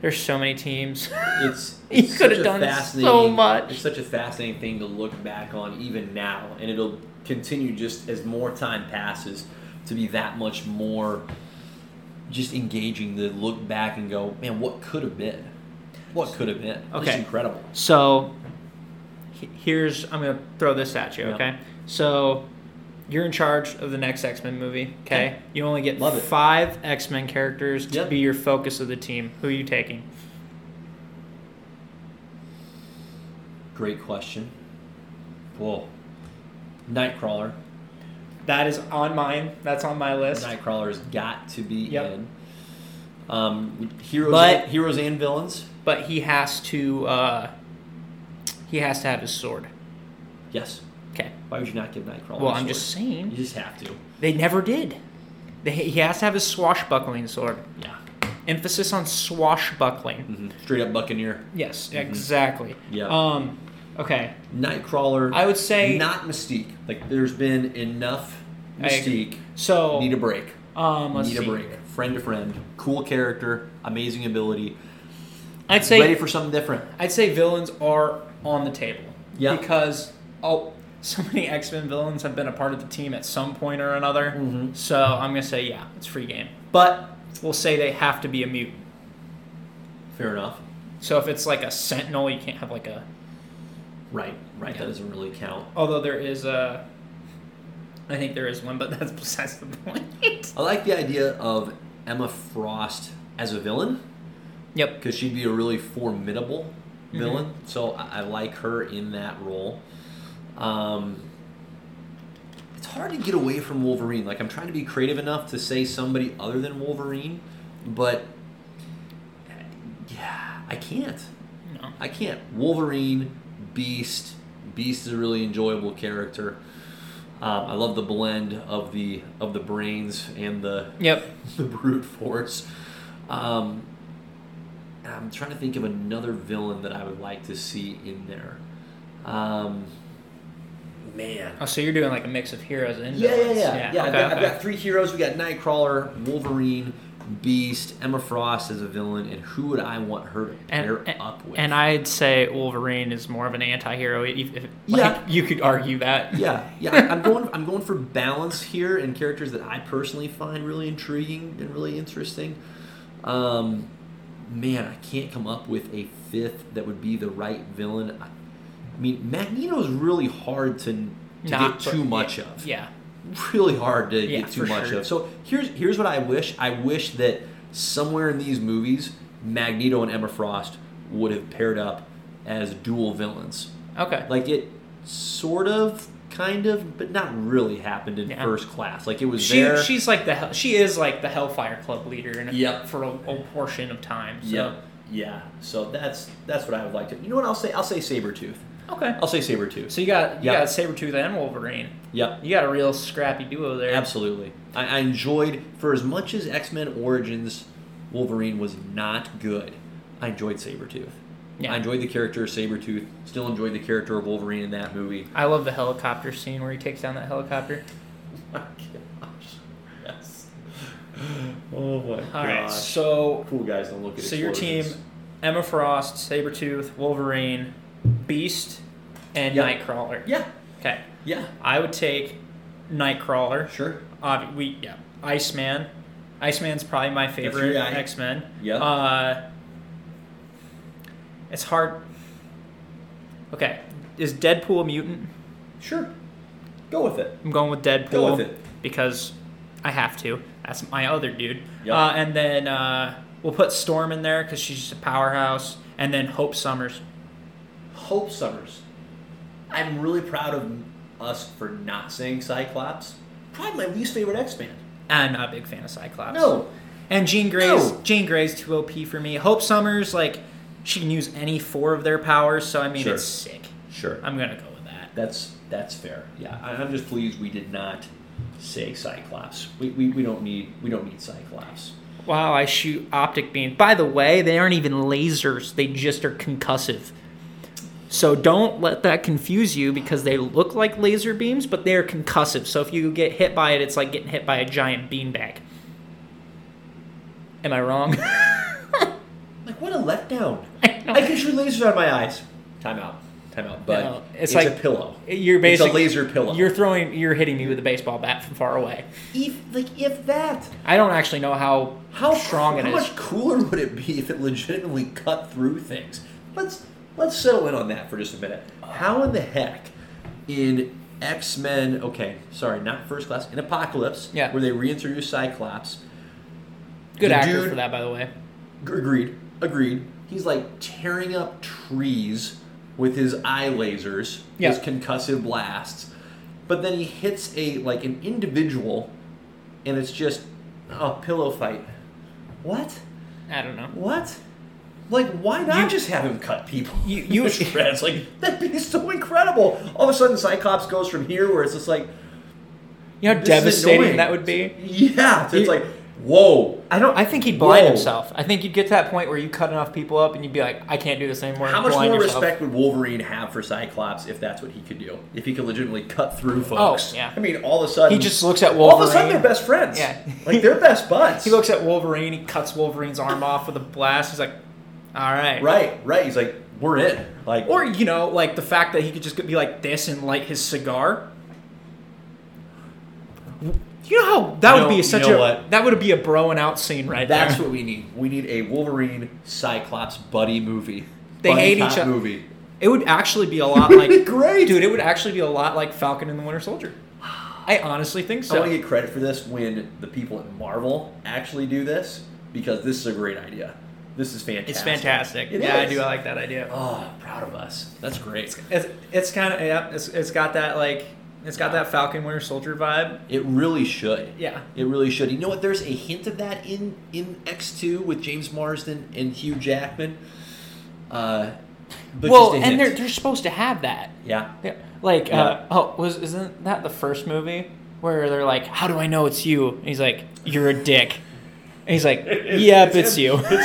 Speaker 1: There's so many teams. (laughs)
Speaker 2: it's,
Speaker 1: You
Speaker 2: it's
Speaker 1: could
Speaker 2: such
Speaker 1: have
Speaker 2: a
Speaker 1: done so
Speaker 2: fascinating-
Speaker 1: much.
Speaker 2: It's such a fascinating thing to look back on even now, and it'll continue just as more time passes to be that much more just engaging to look back and go, man, what could have been? What could have been? It's
Speaker 1: Okay.
Speaker 2: incredible.
Speaker 1: So he- here's I'm gonna throw this at you,
Speaker 2: Yeah.
Speaker 1: okay? So you're in charge of the next X Men movie, okay? You only get
Speaker 2: Love it.
Speaker 1: five X Men characters to
Speaker 2: Yeah.
Speaker 1: be your focus of the team. Who are you taking?
Speaker 2: Great question. Cool. Nightcrawler.
Speaker 1: That is on mine. That's on my list.
Speaker 2: Nightcrawler's got to be
Speaker 1: Yep.
Speaker 2: in. Um, heroes,
Speaker 1: But-
Speaker 2: heroes and villains.
Speaker 1: But he has to uh, he has to have his sword.
Speaker 2: Yes.
Speaker 1: Okay.
Speaker 2: Why would you not give Nightcrawler?
Speaker 1: Well,
Speaker 2: a
Speaker 1: I'm
Speaker 2: sword?
Speaker 1: just saying
Speaker 2: You just have to.
Speaker 1: they never did. They, he has to have his swashbuckling sword.
Speaker 2: Yeah.
Speaker 1: Emphasis on swashbuckling.
Speaker 2: Mm-hmm.
Speaker 1: Mm-hmm.
Speaker 2: Straight up Buccaneer.
Speaker 1: Yes, exactly.
Speaker 2: Yeah.
Speaker 1: Um, okay.
Speaker 2: Nightcrawler.
Speaker 1: I would say
Speaker 2: not Mystique. Like there's been enough
Speaker 1: I agree.
Speaker 2: Mystique.
Speaker 1: so.
Speaker 2: Need a break.
Speaker 1: um, let's
Speaker 2: Need a
Speaker 1: see
Speaker 2: break.
Speaker 1: here.
Speaker 2: Friend to friend. Cool character. Amazing ability.
Speaker 1: I'd say
Speaker 2: Ready for something different.
Speaker 1: I'd say villains are on the table.
Speaker 2: Yeah.
Speaker 1: Because oh, (laughs) so many X Men villains have been a part of the team at some point or another.
Speaker 2: Mhm.
Speaker 1: So I'm gonna say yeah, it's free game. But we'll say they have to be a mutant.
Speaker 2: Fair enough.
Speaker 1: So if it's like a Sentinel, you can't have like a.
Speaker 2: Right, right. That doesn't really count.
Speaker 1: Although there is a. I think there is one, but (laughs) that's besides the point.
Speaker 2: I like the idea of Emma Frost as a villain
Speaker 1: yep.
Speaker 2: because she'd be a really formidable villain. So I, I like her in that role. Um, it's hard to get away from Wolverine. Like I'm trying to be creative enough to say somebody other than Wolverine, but yeah, I can't.
Speaker 1: No.
Speaker 2: I can't. Wolverine, Beast. Beast is a really enjoyable character. Um, I love the blend of the of the brains and the
Speaker 1: Yep.
Speaker 2: (laughs) the brute force. Um, I'm trying to think of another villain that I would like to see in there. Um, man.
Speaker 1: Oh, so you're doing like a mix of heroes and
Speaker 2: Yeah, yeah, yeah.
Speaker 1: villains.
Speaker 2: Yeah, I've,
Speaker 1: okay,
Speaker 2: got, I've
Speaker 1: okay.
Speaker 2: got three heroes. We got Nightcrawler, Wolverine, Beast, Emma Frost as a villain, and who would I want her to pair
Speaker 1: and,
Speaker 2: up with?
Speaker 1: and I'd say Wolverine is more of an anti-hero. If, if, like,
Speaker 2: Yeah.
Speaker 1: You could argue that.
Speaker 2: yeah, yeah. I- I'm going. I'm going for balance here, and characters that I personally find really intriguing and really interesting. Um, man, I can't come up with a fifth that would be the right villain. I, I mean, Magneto's really hard to, to
Speaker 1: Not-
Speaker 2: get too
Speaker 1: but-
Speaker 2: much
Speaker 1: yeah,
Speaker 2: of
Speaker 1: Yeah.
Speaker 2: really hard to
Speaker 1: Yeah,
Speaker 2: get too
Speaker 1: for
Speaker 2: much
Speaker 1: sure.
Speaker 2: of. So here's here's what I wish. I wish that somewhere in these movies, Magneto and Emma Frost would have paired up as dual villains.
Speaker 1: Okay.
Speaker 2: Like it sort of, kind of, but not really happened in
Speaker 1: Yeah.
Speaker 2: first class. Like it was
Speaker 1: she
Speaker 2: there.
Speaker 1: she's like the hell- she is like the Hellfire Club leader in a,
Speaker 2: Yep.
Speaker 1: for a, a portion of time. So.
Speaker 2: yeah, yeah. So that's that's what I would like to. You know what I'll say? I'll say Sabretooth.
Speaker 1: Okay.
Speaker 2: I'll say Sabretooth.
Speaker 1: So you got you
Speaker 2: Yeah.
Speaker 1: got Sabretooth and Wolverine.
Speaker 2: Yep.
Speaker 1: You got a real scrappy duo there.
Speaker 2: Absolutely. I, I enjoyed for as much as X Men Origins Wolverine was not good, I enjoyed Sabretooth.
Speaker 1: Yeah.
Speaker 2: I enjoyed the character of Sabretooth, still enjoyed the character of Wolverine in that movie. (laughs)
Speaker 1: I love the helicopter scene where he takes down that helicopter.
Speaker 2: Oh My gosh. Yes. (laughs) Oh my
Speaker 1: All right. So
Speaker 2: Cool guys don't look
Speaker 1: so your team, Emma Frost, Sabretooth, Wolverine, Beast, and
Speaker 2: Yeah.
Speaker 1: Nightcrawler.
Speaker 2: Yeah.
Speaker 1: Okay.
Speaker 2: Yeah.
Speaker 1: I would take Nightcrawler.
Speaker 2: Sure.
Speaker 1: Obvi- we yeah. Iceman. Iceman's probably my
Speaker 2: your
Speaker 1: favorite
Speaker 2: guy.
Speaker 1: X Men.
Speaker 2: Yeah.
Speaker 1: Uh, it's hard. Okay, is Deadpool a mutant?
Speaker 2: Sure. Go with it.
Speaker 1: I'm going with Deadpool
Speaker 2: Go with it.
Speaker 1: because I have to. That's my other dude.
Speaker 2: Yeah.
Speaker 1: Uh, and then uh, we'll put Storm in there because she's just a powerhouse. And then Hope Summers.
Speaker 2: Hope Summers. I'm really proud of us for not saying Cyclops. Probably my least favorite X Man.
Speaker 1: I'm not a big fan of Cyclops.
Speaker 2: No,
Speaker 1: And Jean Grey's
Speaker 2: No.
Speaker 1: Jean Grey's too OP for me. Hope Summers like she can use any four of their powers, so I mean
Speaker 2: Sure.
Speaker 1: it's sick.
Speaker 2: Sure.
Speaker 1: I'm gonna go with that.
Speaker 2: That's that's fair. Yeah, I- I'm just pleased we did not say Cyclops. We, we, we don't need we don't need Cyclops.
Speaker 1: Wow, I shoot optic beam. By the way, they aren't even lasers, they just are concussive. So don't let that confuse you because they look like laser beams, but they're concussive. So if you get hit by it, it's like getting hit by a giant beanbag. Am I wrong? (laughs)
Speaker 2: Like what a letdown!
Speaker 1: I know.
Speaker 2: I can shoot lasers out of my eyes. Time out. Time out. But
Speaker 1: No, it's
Speaker 2: it's,
Speaker 1: like-
Speaker 2: a pillow.
Speaker 1: You're
Speaker 2: It's a
Speaker 1: basically
Speaker 2: laser pillow.
Speaker 1: You're throwing you're hitting me with a baseball bat from far away.
Speaker 2: If like if that,
Speaker 1: I don't actually know how
Speaker 2: how
Speaker 1: strong it
Speaker 2: How
Speaker 1: is.
Speaker 2: much cooler would it be if it legitimately cut through things? Let's let's settle in on that for just a minute. How in the heck in X Men? Okay, sorry, not first class. In Apocalypse,
Speaker 1: Yeah.
Speaker 2: where they reintroduce Cyclops.
Speaker 1: Good
Speaker 2: The
Speaker 1: actor
Speaker 2: dude-
Speaker 1: for that, by the way.
Speaker 2: Agreed. Agreed. He's like tearing up trees with his eye lasers,
Speaker 1: Yeah.
Speaker 2: his concussive blasts. But then he hits a like an individual, and it's just a pillow fight. What?
Speaker 1: I don't know.
Speaker 2: What? Like, why not
Speaker 1: You-
Speaker 2: just have him cut people?
Speaker 1: You-
Speaker 2: (laughs)
Speaker 1: you-
Speaker 2: to shreds? Like
Speaker 1: (laughs)
Speaker 2: that'd be so incredible. All of a sudden, Cyclops goes from here where it's just like
Speaker 1: You know how
Speaker 2: this is
Speaker 1: devastating
Speaker 2: annoying.
Speaker 1: that would be.
Speaker 2: Yeah, so it's
Speaker 1: You-
Speaker 2: like whoa.
Speaker 1: I don't. I think he'd blind
Speaker 2: Whoa.
Speaker 1: himself. I think you'd get to that point where you cut enough people up and you'd be like, I can't do this anymore.
Speaker 2: How
Speaker 1: and
Speaker 2: much
Speaker 1: blind
Speaker 2: more
Speaker 1: yourself.
Speaker 2: respect would Wolverine have for Cyclops if that's what he could do? If he could legitimately cut through
Speaker 1: Oh,
Speaker 2: folks?
Speaker 1: yeah.
Speaker 2: I mean, all of a sudden
Speaker 1: He just looks at
Speaker 2: All of a sudden,
Speaker 1: Wolverine.
Speaker 2: they're best friends.
Speaker 1: Yeah.
Speaker 2: like they're best
Speaker 1: (laughs)
Speaker 2: buds.
Speaker 1: He looks at Wolverine. He cuts Wolverine's arm off with a blast. He's like, All right.
Speaker 2: right, right. He's like, we're in. Like,
Speaker 1: Or you know, like the fact that he could just be like this and light his cigar. You know how that
Speaker 2: You
Speaker 1: would
Speaker 2: know-
Speaker 1: be such
Speaker 2: you know
Speaker 1: a
Speaker 2: what?
Speaker 1: that would be a broing out scene right
Speaker 2: that's
Speaker 1: (laughs) there.
Speaker 2: what we need. We need a Wolverine Cyclops buddy movie.
Speaker 1: They
Speaker 2: buddy
Speaker 1: hate
Speaker 2: cop
Speaker 1: each oth- (laughs)
Speaker 2: Movie.
Speaker 1: It would actually be a
Speaker 2: (laughs)
Speaker 1: lot like
Speaker 2: Great.
Speaker 1: dude. It would actually be a lot like Falcon and the Winter Soldier. I honestly think
Speaker 2: I
Speaker 1: so.
Speaker 2: want to get credit for this when the people at Marvel actually do this because this is a great idea. This is fantastic.
Speaker 1: it's fantastic.
Speaker 2: It
Speaker 1: yeah,
Speaker 2: is.
Speaker 1: I do. I like that idea.
Speaker 2: Oh, proud of us. That's great.
Speaker 1: It's, it's kind of yeah. It's, it's got that like it's got that Falcon Winter Soldier vibe.
Speaker 2: It really should.
Speaker 1: Yeah.
Speaker 2: It really should. You know what? There's a hint of that in in X two with James Marsden and Hugh Jackman. Uh, but
Speaker 1: well,
Speaker 2: just a
Speaker 1: and
Speaker 2: hint.
Speaker 1: they're they're supposed to have that.
Speaker 2: yeah.
Speaker 1: Yeah, like
Speaker 2: Yeah.
Speaker 1: uh, oh, was isn't that the first movie where they're like, "How do I know it's you?" And he's like, "You're a dick." And he's like, "Yep, (laughs) it's, you." (laughs) I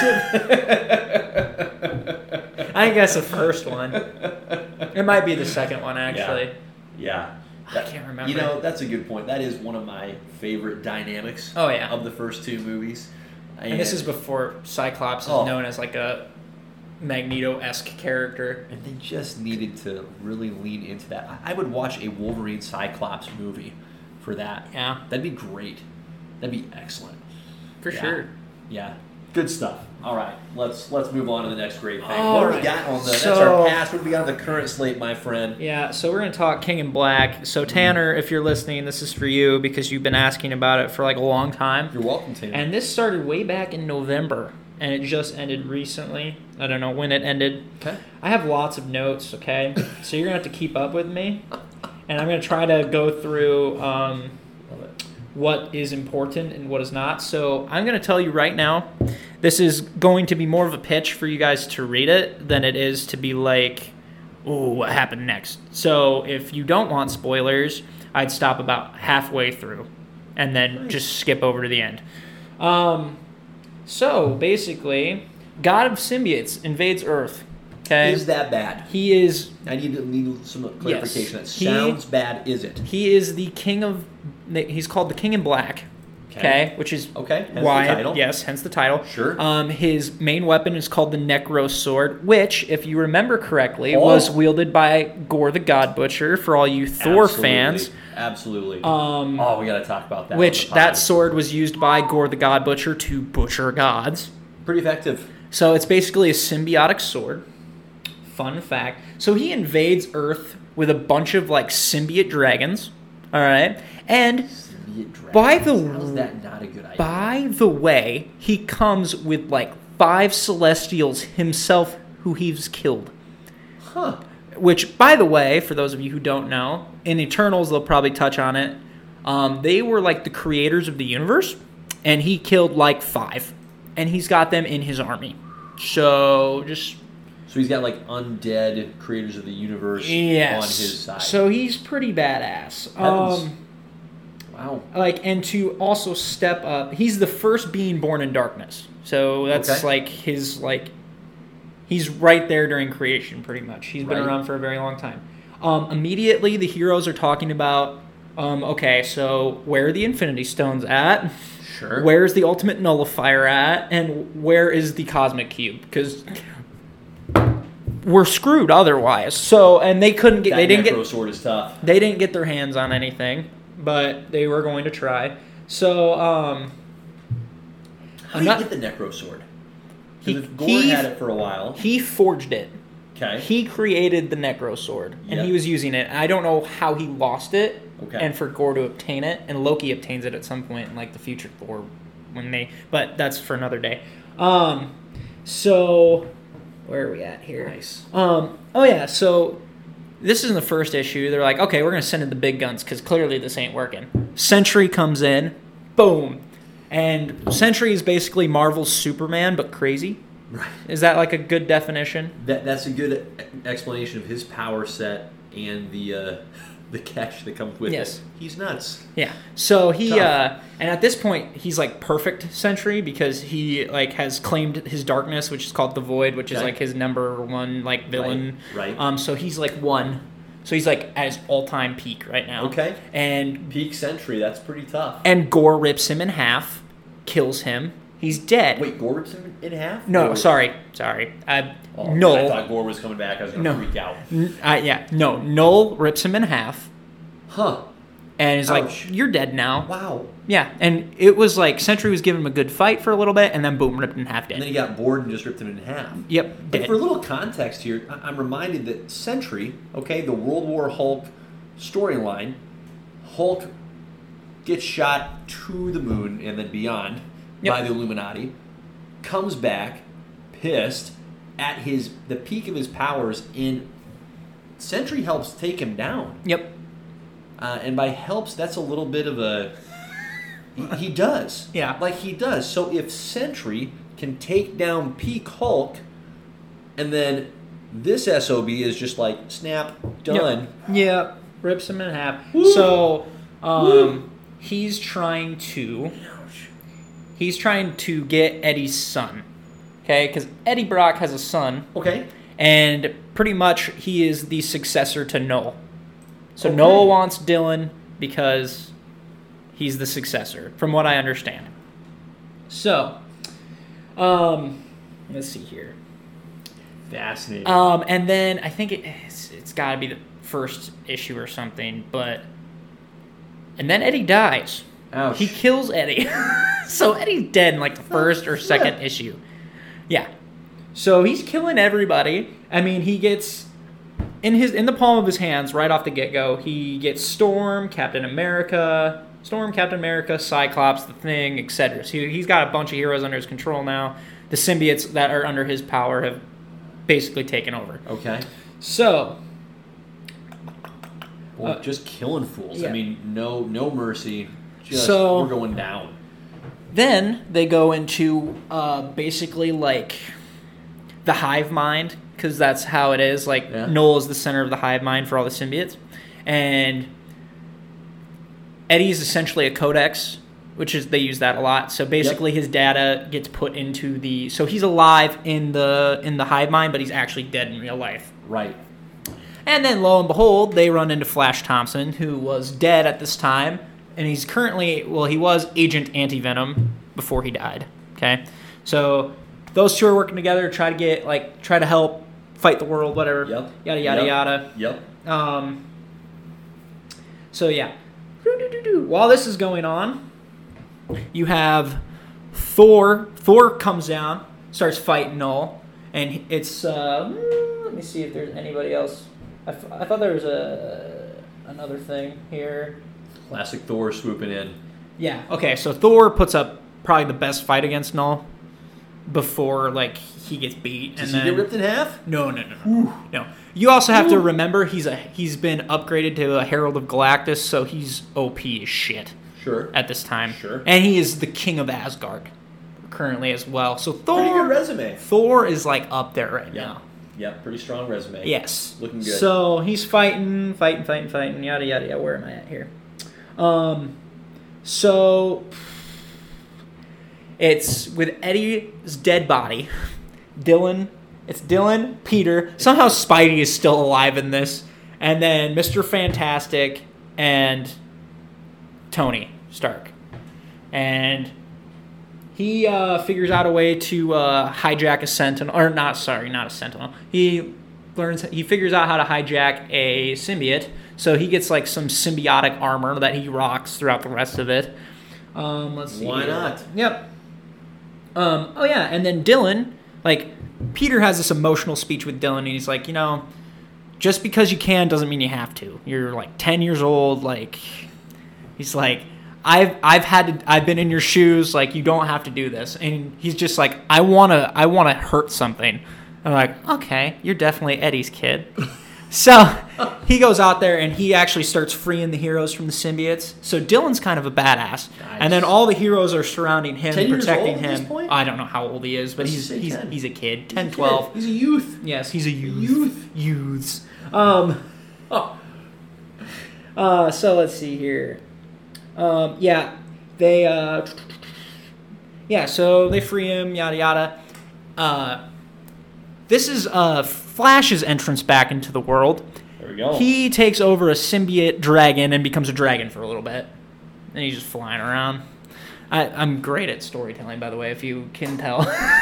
Speaker 1: think that's the first one. It might be the second one actually.
Speaker 2: Yeah.
Speaker 1: I
Speaker 2: That-
Speaker 1: can't remember.
Speaker 2: You know, that's a good point. That is one of my favorite dynamics.
Speaker 1: Oh, yeah.
Speaker 2: Of the first two movies.
Speaker 1: And this is before Cyclops is
Speaker 2: Oh.
Speaker 1: known as like a Magneto esque character.
Speaker 2: And they just needed to really lean into that. I- I would watch a Wolverine Cyclops movie for that.
Speaker 1: Yeah,
Speaker 2: That'd be great. That'd be excellent.
Speaker 1: for
Speaker 2: Yeah.
Speaker 1: sure.
Speaker 2: Yeah. Good stuff. All right, let's let's move on to the next great thing.
Speaker 1: All
Speaker 2: what do we
Speaker 1: right.
Speaker 2: got on the that's
Speaker 1: So-
Speaker 2: our past. What do we got on the current slate, my friend?
Speaker 1: Yeah, so we're gonna talk King and Black. So Tanner, if you're listening, this is for you because you've been asking about it for like a long time.
Speaker 2: You're welcome to.
Speaker 1: And this started way back in November, and it just ended recently. I don't know when it ended.
Speaker 2: okay.
Speaker 1: I have lots of notes, okay? so you're gonna have to keep up with me, and I'm gonna try to go through um,
Speaker 2: Love it.
Speaker 1: what is important and what is not. So I'm gonna tell you right now, this is going to be more of a pitch for you guys to read it than it is to be like, "Ooh, what happened next?" So if you don't want spoilers, I'd stop about halfway through, and then just skip over to the end. Um, so basically, God of Symbiotes invades Earth. Okay,
Speaker 2: Is that bad?
Speaker 1: he is
Speaker 2: I need to need some clarification.
Speaker 1: Yes. He-
Speaker 2: That sounds bad, is it?
Speaker 1: he is the king of he's called the King in Black.
Speaker 2: Okay.
Speaker 1: Okay, which is
Speaker 2: Okay. hence the
Speaker 1: why
Speaker 2: title.
Speaker 1: yes, hence the title.
Speaker 2: Sure.
Speaker 1: Um, his main weapon is called the Necro Sword, which, if you remember correctly,
Speaker 2: Oh.
Speaker 1: was wielded by Gore the God Butcher. For all you Thor
Speaker 2: Absolutely.
Speaker 1: fans,
Speaker 2: Absolutely.
Speaker 1: um,
Speaker 2: oh, we got to talk about that. on
Speaker 1: which
Speaker 2: the
Speaker 1: that
Speaker 2: pod.
Speaker 1: sword was used by Gore the God Butcher to butcher gods.
Speaker 2: pretty effective.
Speaker 1: So it's basically a symbiotic sword. Fun fact. So he invades Earth with a bunch of like symbiote dragons. All right, and By the-
Speaker 2: was that not a good idea?
Speaker 1: By the way, he comes with like five celestials himself who he's killed.
Speaker 2: huh.
Speaker 1: Which, by the way, for those of you who don't know, in Eternals, they'll probably touch on it. Um, they were like the creators of the universe, and he killed like five, and he's got them in his army. So just
Speaker 2: So he's got like undead creators of the universe
Speaker 1: yes,
Speaker 2: on his side.
Speaker 1: so he's pretty badass.
Speaker 2: Heavens.
Speaker 1: Um,
Speaker 2: wow.
Speaker 1: like and to also step up he's the first being born in darkness so that's
Speaker 2: Okay.
Speaker 1: like his like he's right there during creation pretty much He's been
Speaker 2: Right.
Speaker 1: around for a very long time um, immediately the heroes are talking about um, okay so where are the infinity stones at
Speaker 2: Sure.
Speaker 1: where's the ultimate nullifier at and where is the cosmic cube because we're screwed otherwise so and they couldn't get
Speaker 2: that
Speaker 1: they didn't get
Speaker 2: necro sword is tough.
Speaker 1: they didn't get their hands on anything, but they were going to try. So, um,
Speaker 2: How
Speaker 1: I'm
Speaker 2: did
Speaker 1: not-
Speaker 2: he get the necro sword?
Speaker 1: He-
Speaker 2: Because Gore
Speaker 1: he-
Speaker 2: had it for a while.
Speaker 1: he forged it.
Speaker 2: Okay.
Speaker 1: He created the Necro Sword, and
Speaker 2: Yep.
Speaker 1: he was using it. I don't know how he lost it,
Speaker 2: Okay.
Speaker 1: and for Gore to obtain it, and Loki obtains it at some point in like the future Thor, when they. But that's for another day. Um, so where are we at here?
Speaker 2: Nice.
Speaker 1: Um, oh yeah, so this isn't the first issue. They're like, okay, we're gonna send in the big guns because clearly this ain't working. Sentry comes in, boom, and Sentry is basically Marvel's Superman but crazy.
Speaker 2: Right.
Speaker 1: Is that like a good definition?
Speaker 2: That that's a good e- explanation of his power set and the uh, (laughs) the catch that comes with
Speaker 1: Yes.
Speaker 2: it. He's nuts.
Speaker 1: Yeah. So he
Speaker 2: Tough.
Speaker 1: uh, and at this point he's like perfect Sentry because he like has claimed his darkness, which is called the Void, which is
Speaker 2: Okay.
Speaker 1: like his number one like villain.
Speaker 2: Right, right.
Speaker 1: Um. So he's like one. So he's like at his all time peak right now.
Speaker 2: Okay.
Speaker 1: And
Speaker 2: Peak Sentry, that's pretty tough.
Speaker 1: and Gore rips him in half, kills him. He's dead.
Speaker 2: Wait, Gorbert's in, in half?
Speaker 1: no,
Speaker 2: Or-
Speaker 1: sorry, sorry. I,
Speaker 2: Oh, man, I
Speaker 1: Noel.
Speaker 2: thought Gore was coming back. I was gonna
Speaker 1: No.
Speaker 2: freak out.
Speaker 1: N- I- yeah, no. Noel rips him in half
Speaker 2: Huh?
Speaker 1: and is
Speaker 2: Ouch.
Speaker 1: like, "You're dead now."
Speaker 2: Wow.
Speaker 1: Yeah, and it was like Sentry was giving him a good fight for a little bit, and then boom, ripped in half
Speaker 2: And then
Speaker 1: dead.
Speaker 2: he got bored and just ripped him in half.
Speaker 1: Yep,
Speaker 2: But
Speaker 1: dead.
Speaker 2: for a little context here, I- I'm reminded that Sentry, okay, the World War Hulk storyline, Hulk gets shot to the moon and then beyond
Speaker 1: Yep.
Speaker 2: by the Illuminati, comes back pissed at his the peak of his powers in Sentry helps take him down.
Speaker 1: Yep.
Speaker 2: Uh, and by helps, that's a little bit of a. He- He does.
Speaker 1: Yeah.
Speaker 2: Like he does. So if Sentry can take down Peak Hulk, and then this SOB is just like, snap, done.
Speaker 1: Yep. Yep. Rips him in half.
Speaker 2: Woo.
Speaker 1: So, um,
Speaker 2: Woo.
Speaker 1: he's trying to he's trying to get Eddie's son. Okay, because Eddie Brock has a son,
Speaker 2: Okay.
Speaker 1: and pretty much he is the successor to Noel. So
Speaker 2: Okay.
Speaker 1: Noel wants Dylan because he's the successor, from what I understand. So, um, let's see here.
Speaker 2: Fascinating.
Speaker 1: Um, and then I think it, it's, it's got to be the first issue or something, but and then Eddie dies.
Speaker 2: Ouch.
Speaker 1: He kills Eddie, (laughs) so Eddie's dead in like the first or second
Speaker 2: Yeah.
Speaker 1: issue. Yeah. So he's killing everybody. I mean, he gets in his in the palm of his hands right off the get go. He gets Storm, Captain America, Storm, Captain America, Cyclops, the Thing, etc. So he, he's got a bunch of heroes under his control now. The symbiotes that are under his power have basically taken over.
Speaker 2: okay.
Speaker 1: So
Speaker 2: Well,
Speaker 1: uh,
Speaker 2: just killing fools. I
Speaker 1: yeah.
Speaker 2: mean, no, no mercy. Just
Speaker 1: So-
Speaker 2: we're going down.
Speaker 1: then they go into uh, basically like the hive mind because that's how it is like
Speaker 2: Yeah.
Speaker 1: noel is the center of the hive mind for all the symbiotes and eddie is essentially a codex which is they use that a lot so basically his data gets put into the so he's alive in the in the hive mind but he's actually dead in real life
Speaker 2: Right.
Speaker 1: and then lo and behold, they run into Flash Thompson, who was dead at this time, and he's currently well, he was Agent Antivenom before he died. Okay, so those two are working together, try to get like try to help fight the world, whatever.
Speaker 2: Yep.
Speaker 1: Yada yada
Speaker 2: Yep.
Speaker 1: yada.
Speaker 2: Yep.
Speaker 1: Um, so yeah. Doo-doo-doo-doo. While this is going on, you have Thor. Thor comes down, starts fighting Null, and it's. Uh, mm, let me see if there's anybody else. I, f- I thought there was a another thing here.
Speaker 2: Classic Thor swooping in.
Speaker 1: Yeah. Okay. So Thor puts up probably the best fight against Null before like he gets beat.
Speaker 2: Does
Speaker 1: and
Speaker 2: he
Speaker 1: then,
Speaker 2: get ripped in half?
Speaker 1: no, no, no, no. no. You also have to remember he's a he's been upgraded to a Herald of Galactus, so he's OP as shit
Speaker 2: Sure.
Speaker 1: at this time.
Speaker 2: Sure.
Speaker 1: And he is the king of Asgard currently as well. So
Speaker 2: Pretty good
Speaker 1: Thor
Speaker 2: resume.
Speaker 1: Thor is like up there right
Speaker 2: Yeah.
Speaker 1: now.
Speaker 2: Yeah. Pretty strong resume.
Speaker 1: Yes.
Speaker 2: Looking good.
Speaker 1: So he's fighting, fighting, fighting, fighting, yada yada yada. Where am I at here? Um so it's with Eddie's dead body. Dylan it's Dylan, Peter. Somehow Spidey is still alive in this. And then Mr. Fantastic and Tony Stark. And he uh, figures out a way to uh, hijack a sentinel, or not? Sorry, not a sentinel. He learns. He figures out how to hijack a symbiote, so he gets like some symbiotic armor that he rocks throughout the rest of it. Um, let's see.
Speaker 2: Why
Speaker 1: here.
Speaker 2: not?
Speaker 1: Yep. Um, oh yeah, and then Dylan, like Peter has this emotional speech with Dylan, and he's like, you know, just because you can doesn't mean you have to. You're like 10 years old, like he's like I've I've had to, I've been in your shoes, like you don't have to do this. And he's just like I want to I want to hurt something. I'm like, "Okay, you're definitely Eddie's
Speaker 2: (laughs)
Speaker 1: kid." so, he goes out there and he actually starts freeing the heroes from the symbiotes. So Dylan's kind of a badass. And then
Speaker 2: Nice.
Speaker 1: all the heroes are surrounding him,
Speaker 2: 10 years
Speaker 1: protecting
Speaker 2: old at
Speaker 1: him.
Speaker 2: this point?
Speaker 1: I don't know how old he is, but
Speaker 2: Let's
Speaker 1: he's
Speaker 2: say
Speaker 1: he's,
Speaker 2: 10.
Speaker 1: he's a kid, 10,
Speaker 2: He's a kid.
Speaker 1: 12.
Speaker 2: He's a youth.
Speaker 1: Yes, he's a youth.
Speaker 2: Youth.
Speaker 1: Youths. Um, (laughs)
Speaker 2: Oh,
Speaker 1: uh, so let's see here. Um, yeah, they. Uh, yeah, so they free him. Yada yada. Uh, this is uh, Flash's entrance back into the world.
Speaker 2: there we go.
Speaker 1: He takes over a symbiote dragon and becomes a dragon for a little bit, and he's just flying around. I, I'm great at storytelling, by the way, if you can tell. (laughs)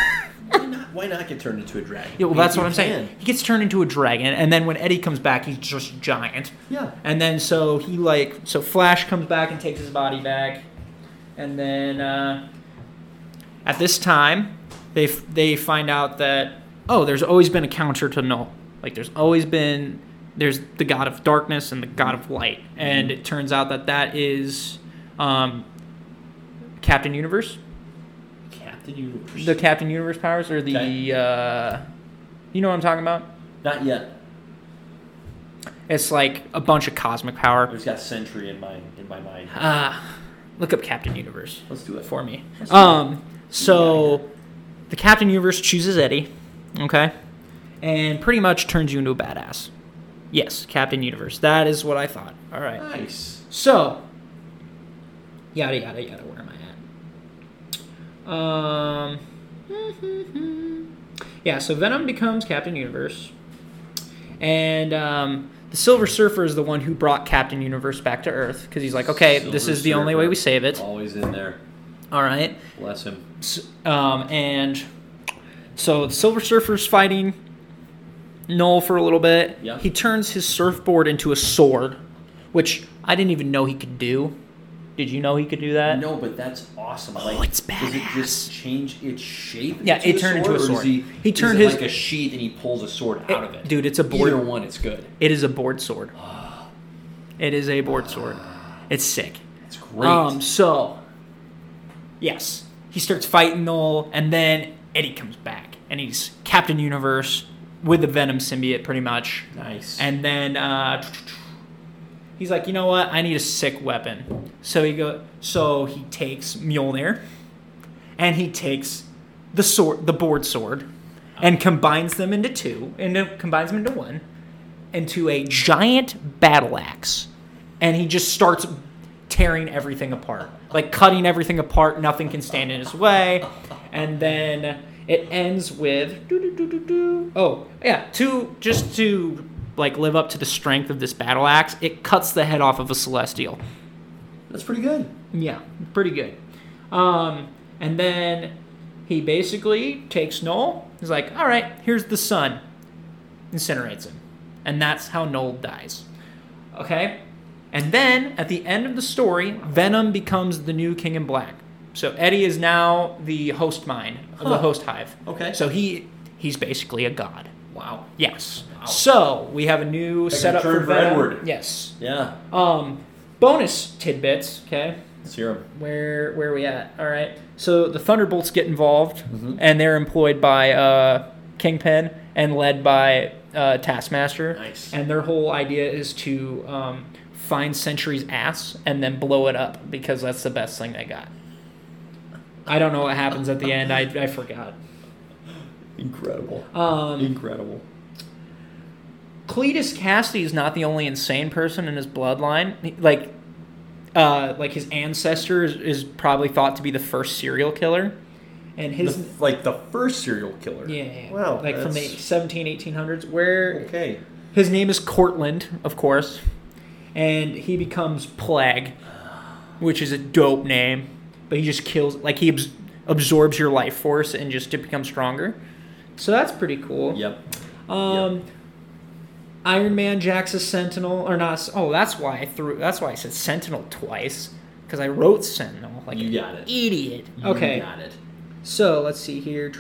Speaker 2: Why not, why not get turned into a dragon?
Speaker 1: Yeah, well,
Speaker 2: You-
Speaker 1: that's
Speaker 2: you
Speaker 1: what I'm saying.
Speaker 2: can.
Speaker 1: He gets turned into a dragon, and then when Eddie comes back, he's just giant.
Speaker 2: Yeah.
Speaker 1: And then so he like so Flash comes back and takes his body back, and then uh, at this time they f- they find out that oh there's always been a counter to Null. Like there's always been there's the god of darkness and the god of light, and it turns out that that is um, Captain Universe.
Speaker 2: Captain Universe.
Speaker 1: The Captain Universe powers or the
Speaker 2: Okay.
Speaker 1: uh, you know what I'm talking about.
Speaker 2: not yet.
Speaker 1: It's like a bunch of cosmic
Speaker 2: I
Speaker 1: power.
Speaker 2: just got Sentry in my in my mind.
Speaker 1: Uh, look up Captain Universe
Speaker 2: Let's do it.
Speaker 1: for me.
Speaker 2: Let's do
Speaker 1: Um, so the Captain Universe chooses Eddie, okay, and pretty much turns you into a badass. Yes, Captain Universe. That is what I thought. All right.
Speaker 2: Nice.
Speaker 1: So yada yada yada. Where am I at? Um. (laughs) Yeah. So Venom becomes Captain Universe, and um, the Silver Surfer is the one who brought Captain Universe back to Earth because he's like, okay, this
Speaker 2: Silver
Speaker 1: is the only way
Speaker 2: Surfer. Oh.
Speaker 1: we save it.
Speaker 2: Always in there.
Speaker 1: All right.
Speaker 2: Bless him.
Speaker 1: S- um, and so the Silver Surfer's fighting Noel for a little bit.
Speaker 2: Yeah.
Speaker 1: He turns his surfboard into a sword, which I didn't even know he could do. Did you know he could do that? Oh,
Speaker 2: No, but that's awesome. Like,
Speaker 1: it's
Speaker 2: Does it
Speaker 1: badass.
Speaker 2: just change its shape?
Speaker 1: Yeah,
Speaker 2: into
Speaker 1: it
Speaker 2: a
Speaker 1: turned into a
Speaker 2: or is
Speaker 1: sword.
Speaker 2: He,
Speaker 1: He
Speaker 2: is
Speaker 1: turned
Speaker 2: it
Speaker 1: his-
Speaker 2: like a sheath, and he pulls a sword out of it.
Speaker 1: Dude, it's a
Speaker 2: Either
Speaker 1: board.
Speaker 2: one, it's good.
Speaker 1: It is a board sword. It is a board sword. It's sick.
Speaker 2: It's great.
Speaker 1: Um, so, yes, he starts fighting Noel, and then Eddie comes back, and he's Captain Universe with the Venom symbiote, pretty much.
Speaker 2: nice.
Speaker 1: And then uh, he's like, you know what? I need a sick weapon. So he go. So he takes Mjolnir, and he takes the sword, the board sword, and combines them into two, and combines them into one, into a giant battle axe, and he just starts tearing everything apart, like cutting everything apart. Nothing can stand in his way, and then. It ends with doo-doo-doo-doo-doo. oh yeah to just to like live up to the strength of this battle axe. It cuts the head off of a celestial.
Speaker 2: that's pretty good.
Speaker 1: Yeah, pretty good. Um, and then he basically takes Noel. He's like, "All right, here's the sun," incinerates him, and that's how Noel dies. Okay. And then at the end of the story, Venom becomes the new King in Black. So Eddie is now the host mind of the
Speaker 2: Huh.
Speaker 1: host hive.
Speaker 2: Okay.
Speaker 1: So he he's basically a god.
Speaker 2: Wow.
Speaker 1: Yes.
Speaker 2: Wow.
Speaker 1: So we have a new
Speaker 2: Like a
Speaker 1: setup for
Speaker 2: turn for
Speaker 1: Venom.
Speaker 2: Edward.
Speaker 1: Yes.
Speaker 2: Yeah.
Speaker 1: Um, bonus tidbits. Okay,
Speaker 2: Let's hear him.
Speaker 1: where where are we at? All right. So the Thunderbolts get involved,
Speaker 2: Mm-hmm.
Speaker 1: and they're employed by uh, Kingpin and led by uh, Taskmaster.
Speaker 2: Nice.
Speaker 1: And their whole idea is to um, find Sentry's ass and then blow it up because that's the best thing they got. I don't know what happens at the end. I, I forgot.
Speaker 2: Incredible.
Speaker 1: Um,
Speaker 2: Incredible.
Speaker 1: Cletus Cassidy is not the only insane person in his bloodline. He- Like, uh, like his ancestor is, is probably thought to be the first serial killer, and his
Speaker 2: The- like the first serial killer.
Speaker 1: yeah, yeah, yeah.
Speaker 2: Wow.
Speaker 1: like from the
Speaker 2: that's-
Speaker 1: 17, 1800s, where
Speaker 2: Okay.
Speaker 1: his name is Cortland, of course, and he becomes Plague, which is a dope name, but he just kills like he abs- absorbs your life force and just to become stronger. So that's pretty cool.
Speaker 2: Yep.
Speaker 1: Um, Iron Man Jack's a Sentinel, or not? Oh, that's why I threw. That's why I said Sentinel twice because I wrote Sentinel like
Speaker 2: You
Speaker 1: an
Speaker 2: got it.
Speaker 1: idiot.
Speaker 2: You
Speaker 1: okay,
Speaker 2: Got it.
Speaker 1: so let's see here.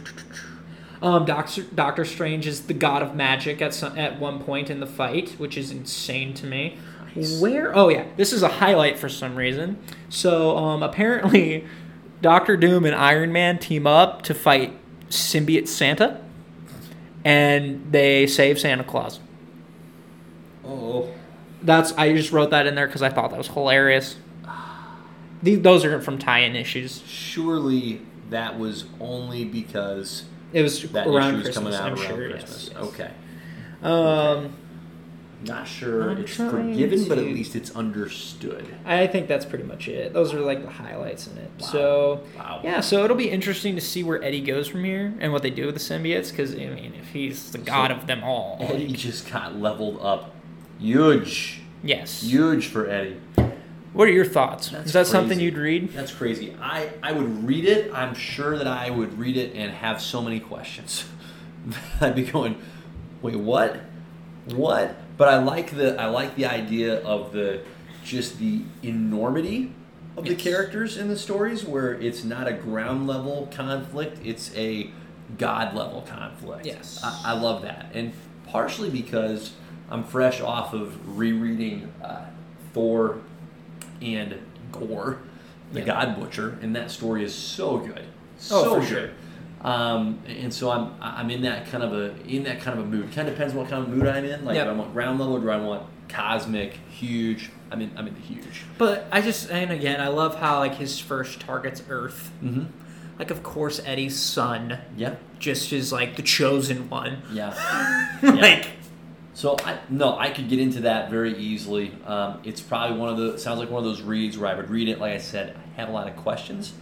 Speaker 1: Um, Doctor Doctor Strange is the god of magic at some, at one point in the fight, which is insane to me.
Speaker 2: Nice.
Speaker 1: Where? Oh yeah, this is a highlight for some reason. So um, apparently, Doctor Doom and Iron Man team up to fight symbiote Santa, and they save Santa Claus.
Speaker 2: Oh.
Speaker 1: That's I just wrote that in there because I thought that was hilarious. The- those are from tie-in issues.
Speaker 2: Surely that was only because
Speaker 1: It was
Speaker 2: that
Speaker 1: around
Speaker 2: issue was
Speaker 1: Christmas.
Speaker 2: coming out
Speaker 1: I'm
Speaker 2: around
Speaker 1: sure.
Speaker 2: Christmas.
Speaker 1: Yes, yes.
Speaker 2: Okay.
Speaker 1: Um,
Speaker 2: Not sure
Speaker 1: I'm
Speaker 2: it's
Speaker 1: trying
Speaker 2: forgiven, but at
Speaker 1: to-
Speaker 2: least it's understood.
Speaker 1: I think that's pretty much it. Those are like the highlights in it.
Speaker 2: Wow.
Speaker 1: So
Speaker 2: Wow.
Speaker 1: yeah, so it'll be interesting to see where Eddie goes from here and what they do with the symbiotes. Because I mean, if he's the god of them all,
Speaker 2: Eddie just got leveled up. Huge.
Speaker 1: yes.
Speaker 2: Huge for Eddie.
Speaker 1: What are your thoughts?
Speaker 2: That's
Speaker 1: Is that something
Speaker 2: crazy.
Speaker 1: you'd read?
Speaker 2: That's crazy. I, I would read it. I'm sure that I would read it and have so many questions. (laughs) I'd be going, wait, what? What? But I like the I like the idea of the just the enormity of the
Speaker 1: Yes.
Speaker 2: characters in the stories where it's not a ground level conflict, it's a god level conflict.
Speaker 1: Yes.
Speaker 2: I, I love that. And partially because I'm fresh off of rereading uh, Thor and Gore, the
Speaker 1: Yeah.
Speaker 2: God Butcher, and that story is so good,
Speaker 1: Oh,
Speaker 2: so
Speaker 1: for sure.
Speaker 2: good. Um, and so I'm I'm in that kind of a in that kind of a mood. Kind of depends what kind of mood I'm in. Like,
Speaker 1: Yep.
Speaker 2: do I want ground level? Do I want cosmic, huge? I'm in I'm in the huge.
Speaker 1: But I just and again, I love how like his first target's Earth.
Speaker 2: Mm-hmm.
Speaker 1: Like of course Eddie's son
Speaker 2: Yeah,
Speaker 1: just is like the chosen (laughs) one.
Speaker 2: yeah.
Speaker 1: like
Speaker 2: So I no, I could get into that very easily. Um, it's probably one of the sounds like one of those reads where I would read it. Like I said, I have a lot of questions,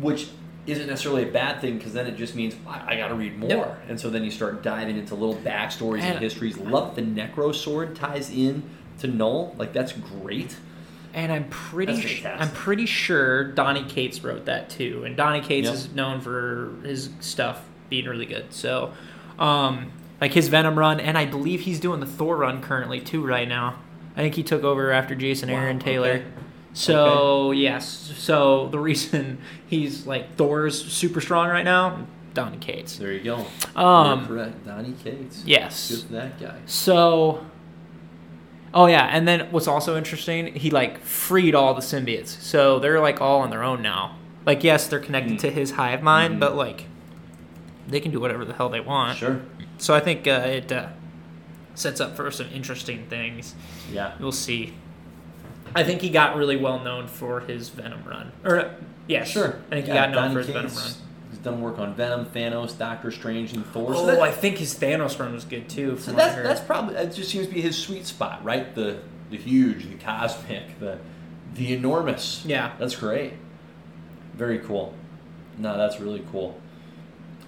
Speaker 2: which isn't necessarily a bad thing because then it just means I, I got to read more,
Speaker 1: Yep.
Speaker 2: and so then you start diving into little backstories and
Speaker 1: And-
Speaker 2: histories. Love the necro sword ties in to Null, like that's great.
Speaker 1: and I'm pretty
Speaker 2: That's
Speaker 1: sh- I'm
Speaker 2: fantastic.
Speaker 1: pretty sure Donnie Cates wrote that too. And Donnie Cates
Speaker 2: Yep.
Speaker 1: is known for his stuff being really good. So um like his Venom run and I believe he's doing the Thor run currently too right now. I think he took over after Jason
Speaker 2: Wow,
Speaker 1: Aaron
Speaker 2: okay.
Speaker 1: Taylor. So yes, so the reason (laughs) he's like Thor's super strong right now, Donnie Cates.
Speaker 2: There you go.
Speaker 1: Um,
Speaker 2: You're correct, Donnie Cates.
Speaker 1: Yes.
Speaker 2: just that guy.
Speaker 1: So. Oh yeah, and then what's also interesting, he like freed all the symbiotes, so they're like all on their own now. Like yes, they're connected
Speaker 2: Mm.
Speaker 1: to his hive mind,
Speaker 2: Mhm.
Speaker 1: but like they can do whatever the hell they want.
Speaker 2: Sure.
Speaker 1: So I think uh, it uh, sets up for some interesting things.
Speaker 2: Yeah.
Speaker 1: We'll see. I think he got really well known for his Venom run, or uh, yes,
Speaker 2: Sure.
Speaker 1: I think he
Speaker 2: Yeah,
Speaker 1: got known
Speaker 2: Donny
Speaker 1: for his Venom run.
Speaker 2: Cates has done work on Venom, Thanos, Doctor Strange, and Thor.
Speaker 1: Oh,
Speaker 2: that-
Speaker 1: I think his Thanos run was good too.
Speaker 2: So
Speaker 1: From what I
Speaker 2: that's
Speaker 1: heard.
Speaker 2: that's probably that just seems to be his sweet spot, right? The the huge, the cosmic, the the enormous.
Speaker 1: yeah.
Speaker 2: That's great. Very cool. No, that's really cool.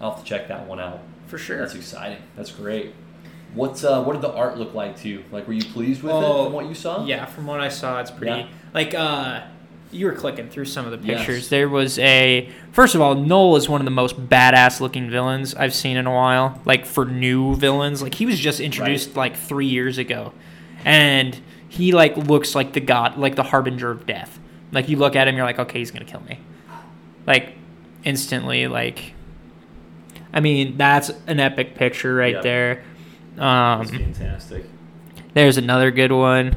Speaker 2: I'll have to check that one out.
Speaker 1: For sure.
Speaker 2: That's exciting. That's great. What's uh what did the art look like to you? Like were you pleased with it
Speaker 1: Oh,
Speaker 2: from what you saw?
Speaker 1: Yeah, from what I saw, it's pretty.
Speaker 2: Yeah.
Speaker 1: Like, uh, you were clicking through some of the
Speaker 2: Yes.
Speaker 1: pictures. There was a. First of all, Noel is one of the most badass looking villains I've seen in a while. Like, for new villains. Like, he was just introduced, like, three years ago. And he, like, looks like the god, like the harbinger of death. Like, you look at him, you're like, okay, he's going to kill me. Like, instantly, like. I mean, that's an epic picture right
Speaker 2: Yeah.
Speaker 1: there. Um,
Speaker 2: That's fantastic.
Speaker 1: there's another good one.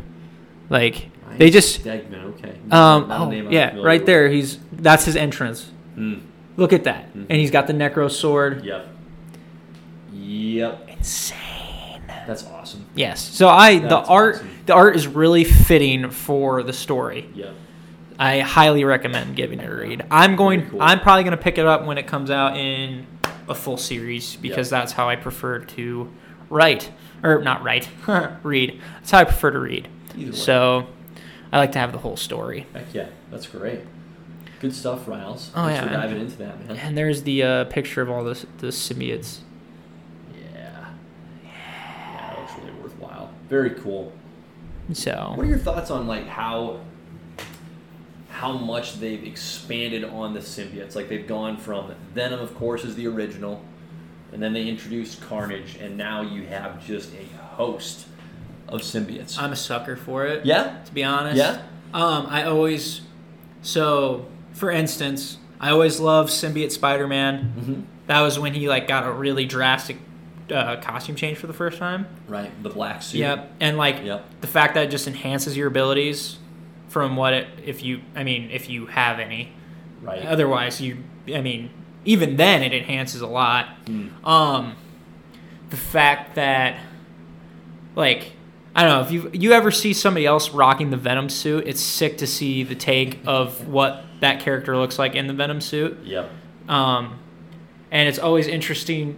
Speaker 1: Like they just
Speaker 2: Degman, okay.
Speaker 1: um
Speaker 2: Not a
Speaker 1: oh,
Speaker 2: name I'm
Speaker 1: yeah,
Speaker 2: familiar
Speaker 1: right
Speaker 2: with.
Speaker 1: there. He's that's his entrance.
Speaker 2: Mm,
Speaker 1: Look at that.
Speaker 2: Mhm.
Speaker 1: And he's got the necro sword.
Speaker 2: yep. Yep.
Speaker 1: Insane.
Speaker 2: That's awesome.
Speaker 1: Yes. So I the
Speaker 2: That's
Speaker 1: art
Speaker 2: awesome.
Speaker 1: the art is really fitting for the story.
Speaker 2: Yep.
Speaker 1: I highly recommend giving it a read. I'm going
Speaker 2: Very cool.
Speaker 1: I'm probably going to pick it up when it comes out in a full series because that's how I prefer to write or not write. (laughs) read. That's how I prefer to read.
Speaker 2: Either way.
Speaker 1: So I like to have the whole story.
Speaker 2: Heck yeah, that's great. Good stuff, Riles.
Speaker 1: Oh,
Speaker 2: Thanks
Speaker 1: yeah,
Speaker 2: for
Speaker 1: man.
Speaker 2: diving into that, man.
Speaker 1: And there's the uh, picture of all the the symbiotes.
Speaker 2: Yeah. Yeah, that looks really worthwhile. Very cool. What
Speaker 1: So
Speaker 2: are your thoughts on like how how much they've expanded on the symbiotes? Like they've gone from Venom, of course, is the original, and then they introduced Carnage, and now you have just a host of symbiotes.
Speaker 1: I'm a sucker for it.
Speaker 2: yeah.
Speaker 1: To be honest.
Speaker 2: Yeah?
Speaker 1: Um, I always so for instance, I always love symbiote Spider-Man.
Speaker 2: Mm-hmm.
Speaker 1: That was when he like got a really drastic uh, costume change for the first time.
Speaker 2: Right. The black suit.
Speaker 1: Yep. And like
Speaker 2: Yep.
Speaker 1: the fact that it just enhances your abilities from what it if you I mean if you have any.
Speaker 2: Right.
Speaker 1: Otherwise, you I mean even then it enhances a lot.
Speaker 2: Mm.
Speaker 1: um the fact that like I don't know if you you ever see somebody else rocking the Venom suit, it's sick to see the take of what that character looks like in the Venom suit.
Speaker 2: Yep.
Speaker 1: Um and it's always interesting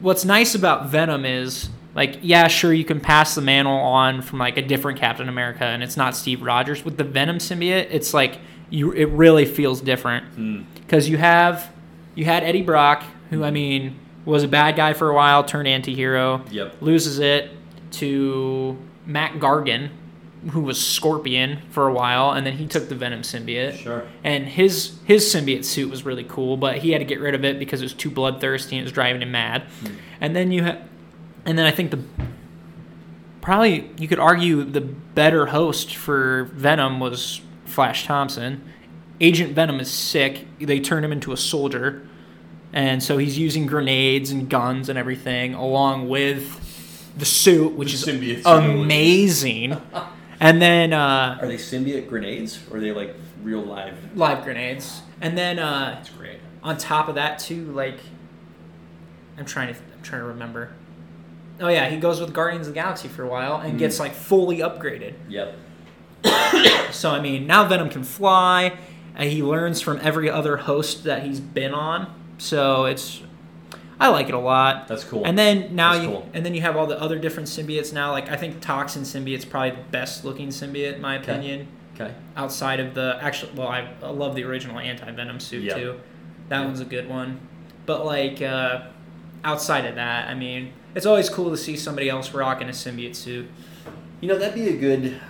Speaker 1: what's nice about Venom is like yeah, sure you can pass the mantle on from like a different Captain America and it's not Steve Rogers with the Venom symbiote, it's like you it really feels different
Speaker 2: Mm.
Speaker 1: because you have you had Eddie Brock, who I mean was a bad guy for a while, turned anti-hero,
Speaker 2: Yep.
Speaker 1: loses it to Matt Gargan, who was Scorpion for a while, and then he took the Venom symbiote.
Speaker 2: Sure.
Speaker 1: And his his symbiote suit was really cool, but he had to get rid of it because it was too bloodthirsty and it was driving him mad. And then you ha- and then I think the probably you could argue the better host for Venom was Flash Thompson. Agent Venom is sick. They turn him into a soldier. And so he's using grenades and guns and everything along with the suit, which
Speaker 2: The symbiote
Speaker 1: is
Speaker 2: suit, I believe.
Speaker 1: amazing. and then uh,
Speaker 2: Are they symbiote grenades or are they like real live?
Speaker 1: live grenades. And then uh,
Speaker 2: That's great.
Speaker 1: on top of that too like i'm trying to i'm trying to remember oh yeah he goes with guardians of the galaxy for a while and
Speaker 2: Mm.
Speaker 1: gets like fully upgraded
Speaker 2: Yep.
Speaker 1: so i mean now venom can fly and he learns from every other host that he's been on so it's i like it a lot
Speaker 2: That's cool.
Speaker 1: and then now
Speaker 2: That's
Speaker 1: you
Speaker 2: cool.
Speaker 1: and then you have all the other different symbiotes now like i think toxin symbiote's probably the best looking symbiote in my
Speaker 2: Okay.
Speaker 1: opinion
Speaker 2: okay.
Speaker 1: outside of the actual well I, I love the original anti-venom suit
Speaker 2: Yep.
Speaker 1: too that one's a good one but like uh, outside of that i mean it's always cool to see somebody else rocking a symbiote suit
Speaker 2: You know that'd be a good.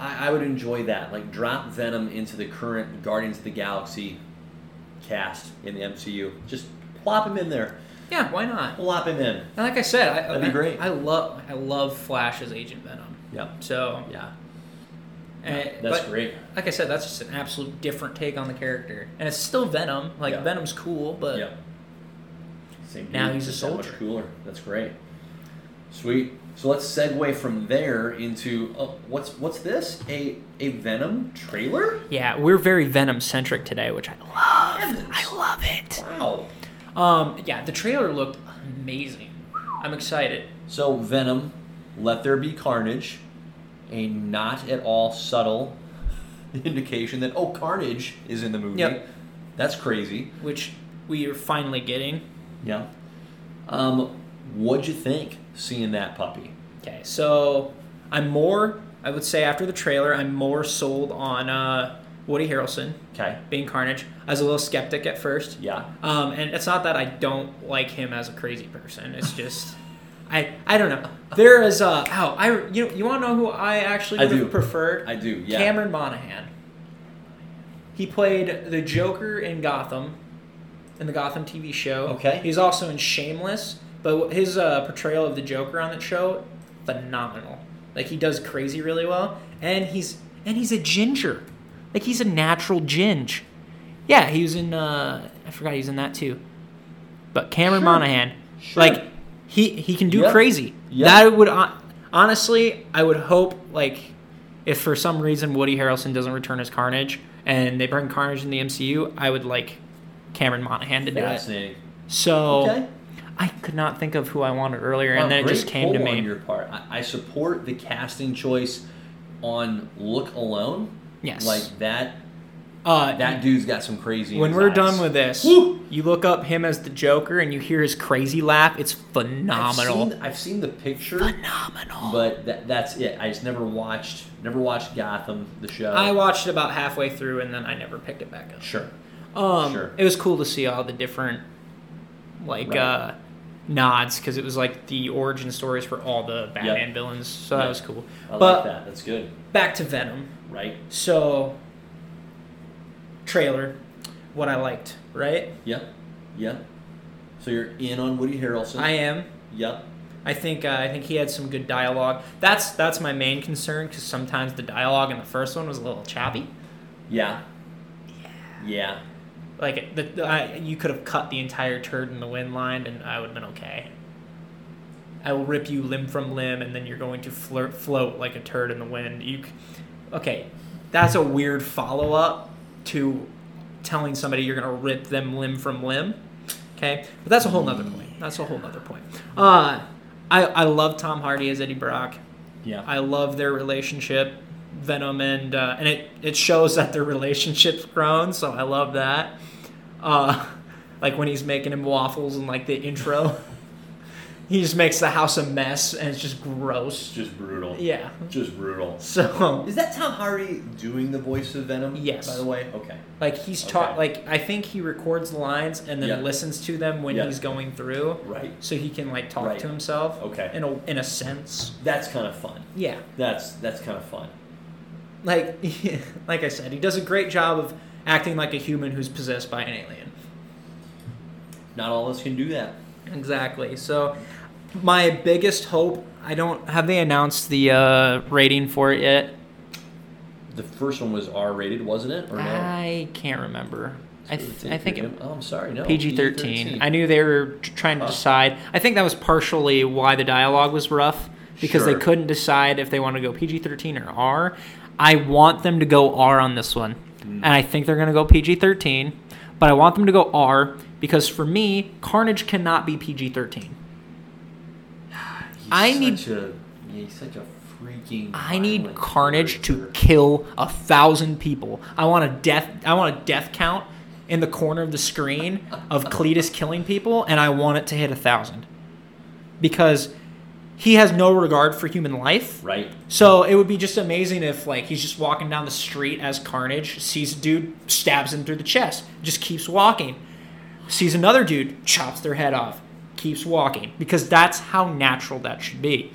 Speaker 2: I, I would enjoy that. Like drop Venom into the current Guardians of the Galaxy cast in the MCU. Just plop him in there.
Speaker 1: yeah why not
Speaker 2: Plop him in.
Speaker 1: and like i said I,
Speaker 2: That'd be
Speaker 1: I-
Speaker 2: great.
Speaker 1: i love i love flash as agent venom
Speaker 2: Yep.
Speaker 1: so
Speaker 2: Yeah.
Speaker 1: eh,
Speaker 2: That's
Speaker 1: but
Speaker 2: great.
Speaker 1: like i said that's just an absolute different take on the character and it's still venom like
Speaker 2: Yeah.
Speaker 1: venom's cool but
Speaker 2: Yep. Same
Speaker 1: Now
Speaker 2: dude,
Speaker 1: he's a
Speaker 2: just that much
Speaker 1: soldier.
Speaker 2: cooler. That's great. Sweet. So let's segue from there into oh, what's what's this? A a Venom trailer?
Speaker 1: yeah we're very venom centric today which i love
Speaker 2: Heavens.
Speaker 1: i love it
Speaker 2: Wow.
Speaker 1: Um, yeah, the trailer looked amazing. I'm excited.
Speaker 2: So Venom, Let There Be Carnage, a not at all subtle (laughs) indication that oh Carnage is in the movie.
Speaker 1: Yep.
Speaker 2: That's crazy.
Speaker 1: Which we are finally getting.
Speaker 2: Yeah. Um, what'd you think seeing that puppy?
Speaker 1: Okay, so I'm more. I would say after the trailer, I'm more sold on uh, Woody Harrelson
Speaker 2: Okay.
Speaker 1: being Carnage. I was a little skeptic at first.
Speaker 2: Yeah.
Speaker 1: Um, and it's not that I don't like him as a crazy person. It's just, I I don't know. There is uh oh I you you want to know who I actually
Speaker 2: I
Speaker 1: would
Speaker 2: do.
Speaker 1: have preferred?
Speaker 2: I do, yeah.
Speaker 1: Cameron Monaghan. He played the Joker in Gotham, in the Gotham TV show.
Speaker 2: Okay.
Speaker 1: He's also in Shameless, but his uh, portrayal of the Joker on that show, phenomenal. Like he does crazy really well, and he's and he's a ginger, like he's a natural ginge. Yeah, he was in. Uh, I forgot he was in that too. But Cameron
Speaker 2: Sure.
Speaker 1: Monaghan,
Speaker 2: Sure.
Speaker 1: like he he can do
Speaker 2: Yep.
Speaker 1: crazy.
Speaker 2: Yep.
Speaker 1: That would hon- honestly, I would hope like if for some reason Woody Harrelson doesn't return as Carnage and they bring Carnage in the MCU, I would like Cameron Monaghan to do it.
Speaker 2: Fascinating.
Speaker 1: So
Speaker 2: Okay.
Speaker 1: I could not think of who I wanted earlier, and
Speaker 2: Wow,
Speaker 1: then it
Speaker 2: great
Speaker 1: just came to
Speaker 2: pull On
Speaker 1: me.
Speaker 2: your part, I, I support the casting choice on look alone.
Speaker 1: Yes.
Speaker 2: Like that.
Speaker 1: uh,
Speaker 2: That dude's got some crazy. in
Speaker 1: when
Speaker 2: his
Speaker 1: we're
Speaker 2: eyes.
Speaker 1: done with this,
Speaker 2: Woo!
Speaker 1: you look up him as the Joker and you hear his crazy laugh. It's
Speaker 2: I've
Speaker 1: phenomenal.
Speaker 2: seen, I've seen the picture,
Speaker 1: phenomenal.
Speaker 2: but that, that's it. I just never watched, never watched Gotham, the show.
Speaker 1: I watched it about halfway through and then I never picked it back up.
Speaker 2: sure.
Speaker 1: Um,
Speaker 2: Sure.
Speaker 1: It was cool to see all the different like
Speaker 2: Right.
Speaker 1: uh, nods because it was like the origin stories for all the Batman villains, so that
Speaker 2: Yep.
Speaker 1: was cool.
Speaker 2: I like
Speaker 1: but
Speaker 2: that. That's good.
Speaker 1: back to Venom.
Speaker 2: Right.
Speaker 1: So trailer, what I liked, right?
Speaker 2: Yep. Yep. So you're in on Woody Harrelson.
Speaker 1: I am.
Speaker 2: Yep.
Speaker 1: I think uh, I think he had some good dialogue. That's that's my main concern because sometimes the dialogue in the first one was a little choppy.
Speaker 2: Yeah. Yeah.
Speaker 1: Like the, the, I, you could have cut the entire turd in the wind line, and I would have been okay. I will rip you limb from limb, and then you're going to flirt, float like a turd in the wind. You, c- okay, that's a weird follow up to telling somebody you're gonna rip them limb from limb. Okay, but that's a whole nother point. That's a whole nother point. Uh, I I love Tom Hardy as Eddie Brock.
Speaker 2: Yeah.
Speaker 1: I love their relationship, Venom and uh, and it it shows that their (laughs) relationship's grown. So I love (laughs) that. Uh, like when he's making him waffles and like the intro. (laughs) he just makes the house a mess and it's just gross.
Speaker 2: It's just brutal.
Speaker 1: Yeah. (laughs)
Speaker 2: Just brutal.
Speaker 1: So
Speaker 2: Is that Tom Hardy doing the voice of Venom?
Speaker 1: Yes.
Speaker 2: By the way, okay.
Speaker 1: like he's taught
Speaker 2: Okay.
Speaker 1: like I think he records the lines and then
Speaker 2: Yeah.
Speaker 1: listens to them when
Speaker 2: Yeah.
Speaker 1: he's going through
Speaker 2: Right.
Speaker 1: so he can like talk
Speaker 2: Right.
Speaker 1: to himself
Speaker 2: Okay.
Speaker 1: in a in a sense.
Speaker 2: That's kind of fun.
Speaker 1: Yeah.
Speaker 2: That's that's kind of fun.
Speaker 1: Like (laughs) like I said, he does a great job of acting like a human who's possessed by an alien.
Speaker 2: Not all of us can do that.
Speaker 1: Exactly. So, my biggest hope. I don't have they announced the uh, rating for it yet.
Speaker 2: The first one was R rated, wasn't it? Or no?
Speaker 1: I can't remember. Ah, I, th- I think it,
Speaker 2: Oh, I'm sorry. No.
Speaker 1: PG thirteen. I knew they were tr- trying to
Speaker 2: Huh.
Speaker 1: decide. I think that was partially why the dialogue was rough because
Speaker 2: Sure.
Speaker 1: they couldn't decide if they want to go PG thirteen or R. I want them to go R on this one,
Speaker 2: Mm.
Speaker 1: and I think they're going to go PG thirteen, but I want them to go R because for me, Carnage cannot be PG thirteen.
Speaker 2: He's
Speaker 1: I
Speaker 2: such
Speaker 1: need-
Speaker 2: A, yeah, he's such a freaking.
Speaker 1: I need
Speaker 2: violent
Speaker 1: Carnage to
Speaker 2: character.
Speaker 1: kill a thousand people. I want a death. I want a death count in the corner of the screen of Cletus killing people, and I want it to hit a thousand because he has no regard for human life. (laughs)
Speaker 2: Right.
Speaker 1: So it would be just amazing if like he's just walking down the street as Carnage sees a dude, stabs him through the chest, just keeps walking. Sees another dude, chops their head off, keeps walking because that's how natural that should be.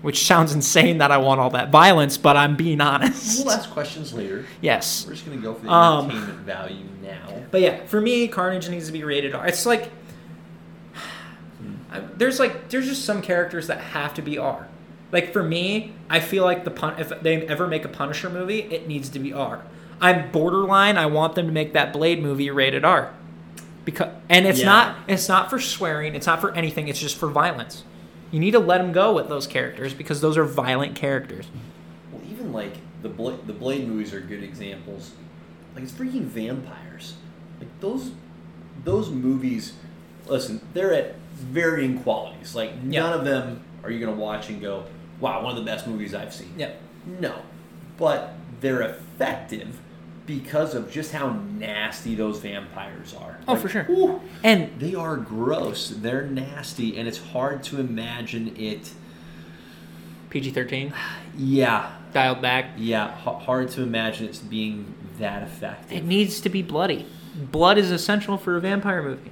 Speaker 1: Which sounds insane that I want all that violence, but I'm being honest.
Speaker 2: We'll ask questions later.
Speaker 1: Yes.
Speaker 2: We're just gonna go for the
Speaker 1: Um,
Speaker 2: entertainment value now.
Speaker 1: But yeah, for me, Carnage needs to be rated R. It's like (sighs) I- there's like there's just some characters that have to be R. Like for me, I feel like the pun if they ever make a Punisher movie, it needs to be R. I'm borderline. I want them to make that Blade movie rated R. Because and it's
Speaker 2: Yeah.
Speaker 1: not it's not for swearing. It's not for anything. It's just for violence. You need to let them go with those characters because those are violent characters.
Speaker 2: Well, even like the Bla- the Blade movies are good examples. Like it's freaking vampires. Like those those movies. Listen, they're at varying qualities. Like
Speaker 1: Yeah.
Speaker 2: none of them are you gonna watch and go, "Wow, one of the best movies I've seen."
Speaker 1: Yep.
Speaker 2: No, but they're effective because of just how nasty those vampires are.
Speaker 1: Oh, for sure.
Speaker 2: whew,
Speaker 1: And
Speaker 2: they are gross. They're nasty, and it's hard to imagine it.
Speaker 1: PG-13
Speaker 2: Yeah,
Speaker 1: dialed back.
Speaker 2: Yeah, h- hard to imagine it's being that effective.
Speaker 1: It needs to be bloody. Blood is essential for a vampire movie.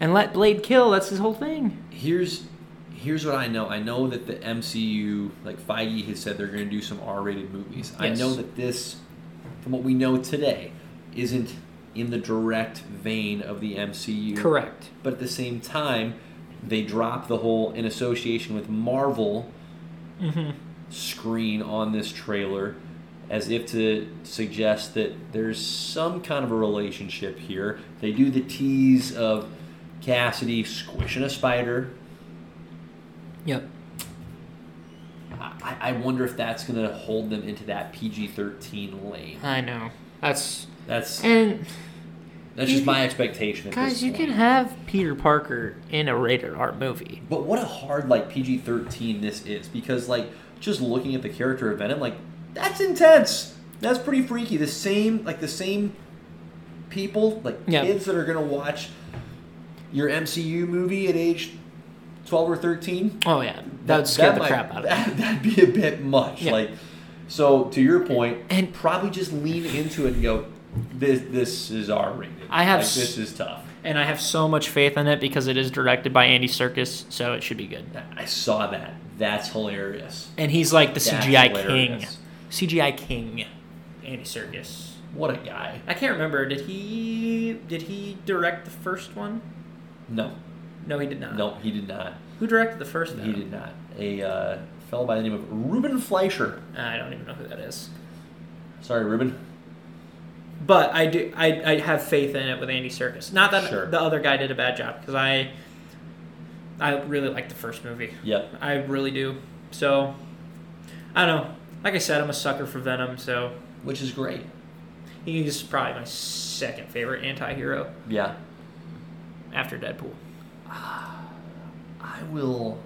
Speaker 1: And let Blade kill, that's his whole thing.
Speaker 2: here's here's what I know. I know that the MCU, like Feige, has said they're going to do some R-rated movies. I
Speaker 1: Yes.
Speaker 2: know that this, from what we know today, isn't in the direct vein of the MCU.
Speaker 1: Correct.
Speaker 2: But at the same time, they drop the whole in association with Marvel screen on this trailer as if to suggest that there's some kind of a relationship here. They do the tease of Cassidy squishing a spider.
Speaker 1: Yep.
Speaker 2: I, I wonder if that's going to hold them into that PG 13 lane.
Speaker 1: I know. That's
Speaker 2: That's
Speaker 1: and
Speaker 2: that's just my expectation. At
Speaker 1: guys,
Speaker 2: this
Speaker 1: you
Speaker 2: point.
Speaker 1: can have Peter Parker in a rated R movie.
Speaker 2: But what a hard like PG thirteen this is because like just looking at the character of Venom, like that's intense. That's pretty freaky. The same like the same people like
Speaker 1: Yeah.
Speaker 2: kids that are gonna watch your MCU movie at age twelve or thirteen.
Speaker 1: Oh yeah, that would scare the crap out of me.
Speaker 2: that, That'd be a bit much.
Speaker 1: Yeah.
Speaker 2: Like so to your point,
Speaker 1: And-
Speaker 2: probably just lean into it and go. This this is our rated.
Speaker 1: I have
Speaker 2: like,
Speaker 1: s-
Speaker 2: this is tough.
Speaker 1: (laughs) And I have so much faith in it because it is directed by Andy Serkis, so it should be good.
Speaker 2: I saw that. That's hilarious.
Speaker 1: And he's like the
Speaker 2: That's
Speaker 1: CGI king.
Speaker 2: hilarious.
Speaker 1: CGI king, Andy Serkis.
Speaker 2: What a guy.
Speaker 1: I can't remember. Did he did he direct the first one?
Speaker 2: No,
Speaker 1: No, he did not.
Speaker 2: no, he did not.
Speaker 1: Who directed the first
Speaker 2: He
Speaker 1: Venom?
Speaker 2: did not. A uh, fellow by the name of Ruben Fleischer.
Speaker 1: Uh, I don't even know who that is.
Speaker 2: Sorry, Ruben.
Speaker 1: But I do. I, I have faith in it with Andy Serkis. Not that
Speaker 2: Sure.
Speaker 1: the other guy did a bad job because I I really like the first movie.
Speaker 2: Yep.
Speaker 1: I really do. So I don't know. Like I said, I'm a sucker for Venom, so
Speaker 2: Which is great.
Speaker 1: he's probably my second favorite anti-hero
Speaker 2: Yeah.
Speaker 1: after Deadpool.
Speaker 2: I will.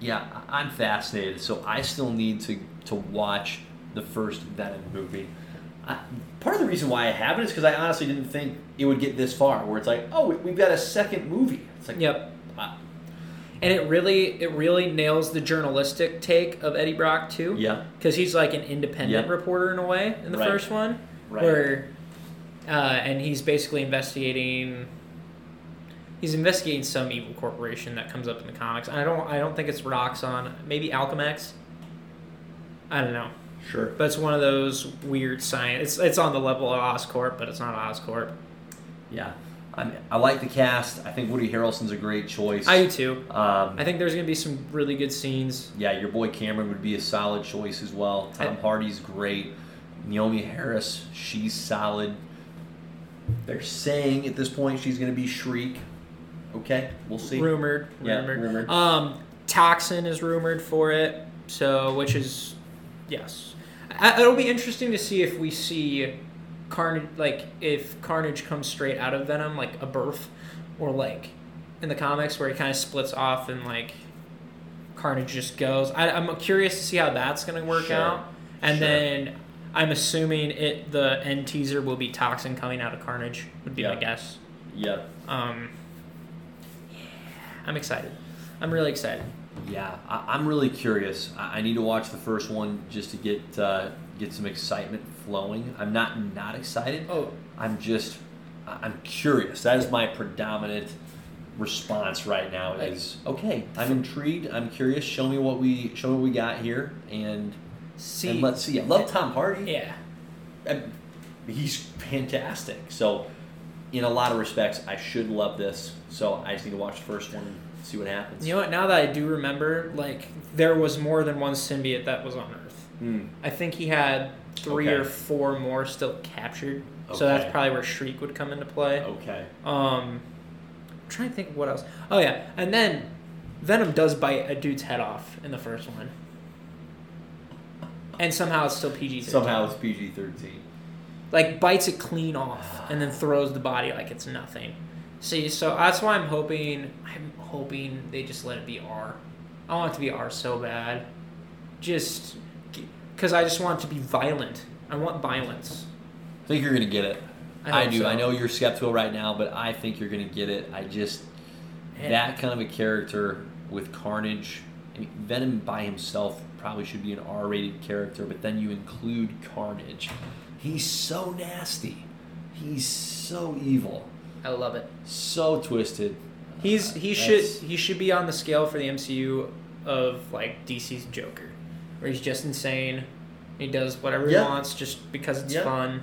Speaker 2: Yeah, I- I'm fascinated. So I still need to to watch the first Venom movie. I, part of the reason why I haven't is because I honestly didn't think it would get this far, where it's like, oh, we- we've got a second movie. It's like,
Speaker 1: Yep.
Speaker 2: I,
Speaker 1: and it really it really nails the journalistic take of Eddie Brock too.
Speaker 2: Yeah.
Speaker 1: because he's like an independent
Speaker 2: Yeah.
Speaker 1: reporter in a way in the
Speaker 2: Right.
Speaker 1: first one,
Speaker 2: Right.
Speaker 1: where uh, and he's basically investigating. He's investigating some evil corporation that comes up in the comics. I don't I don't think it's Roxxon, maybe Alchemax. I don't know.
Speaker 2: Sure.
Speaker 1: But it's one of those weird science. It's it's on the level of Oscorp, but it's not Oscorp.
Speaker 2: Yeah. I, I like the cast. I think Woody Harrelson's a great choice.
Speaker 1: I do too.
Speaker 2: um,
Speaker 1: I think there's gonna be some really good scenes.
Speaker 2: yeah, your boy Cameron would be a solid choice as well. Tom
Speaker 1: I-
Speaker 2: Hardy's great. Naomi Harris, she's solid. They're saying at this point she's going to be Shriek. Okay, we'll see.
Speaker 1: Rumored,
Speaker 2: Yeah,
Speaker 1: rumored.
Speaker 2: rumored.
Speaker 1: Um, Toxin is rumored for it. So, which is yes, I, it'll be interesting to see if we see Carnage, like if Carnage comes straight out of Venom, like a birth, or like in the comics where he kind of splits off and like Carnage just goes. I, I'm curious to see how that's gonna work
Speaker 2: Sure.
Speaker 1: out, and
Speaker 2: Sure.
Speaker 1: then. I'm assuming it. The end teaser will be Toxin coming out of Carnage. Would be
Speaker 2: Yeah.
Speaker 1: my guess.
Speaker 2: Yeah.
Speaker 1: Um, I'm excited. I'm really excited.
Speaker 2: Yeah, I, I'm really curious. I, I need to watch the first one just to get uh, get some excitement flowing. I'm not not excited.
Speaker 1: Oh,
Speaker 2: I'm just I- I'm curious. That is my predominant response right now. Is okay. I'm intrigued. I'm curious. Show me what we show me what we got here, and
Speaker 1: see,
Speaker 2: and let's see. I love Tom Hardy.
Speaker 1: yeah,
Speaker 2: And he's fantastic. So in a lot of respects, I should love this. So I just need to watch the first one and see what happens.
Speaker 1: you know what? Now that I do remember, like there was more than one symbiote that was on Earth.
Speaker 2: Hmm.
Speaker 1: I think he had three
Speaker 2: Okay.
Speaker 1: or four more still captured. So that's
Speaker 2: Okay. Oh.
Speaker 1: probably where Shriek would come into play.
Speaker 2: (laughs) Okay.
Speaker 1: Um, I'm trying to think of what else. Oh yeah, and then Venom does bite a dude's head off in the first one, and somehow it's still PG.
Speaker 2: Somehow it's PG thirteen.
Speaker 1: like bites it clean off and then throws the body like it's nothing. See, so that's why I'm hoping I'm hoping they just let it be R. I want it to be R so bad. Just cuz I just want it to be violent. I want violence.
Speaker 2: I think you're gonna get it.
Speaker 1: I
Speaker 2: I,
Speaker 1: hope
Speaker 2: do.
Speaker 1: so.
Speaker 2: I know you're skeptical right now, but I think you're gonna get it. I just
Speaker 1: Man.
Speaker 2: that kind of a character with Carnage. I mean, Venom by himself probably should be an R-rated character, but then you include Carnage. He's so nasty. He's so evil.
Speaker 1: I love it.
Speaker 2: So twisted.
Speaker 1: He's he
Speaker 2: Uh,
Speaker 1: should
Speaker 2: that's-
Speaker 1: he should be on the scale for the MCU of like DC's Joker, where he's just insane. He does whatever
Speaker 2: Yeah.
Speaker 1: he wants just because it's
Speaker 2: Yeah.
Speaker 1: fun.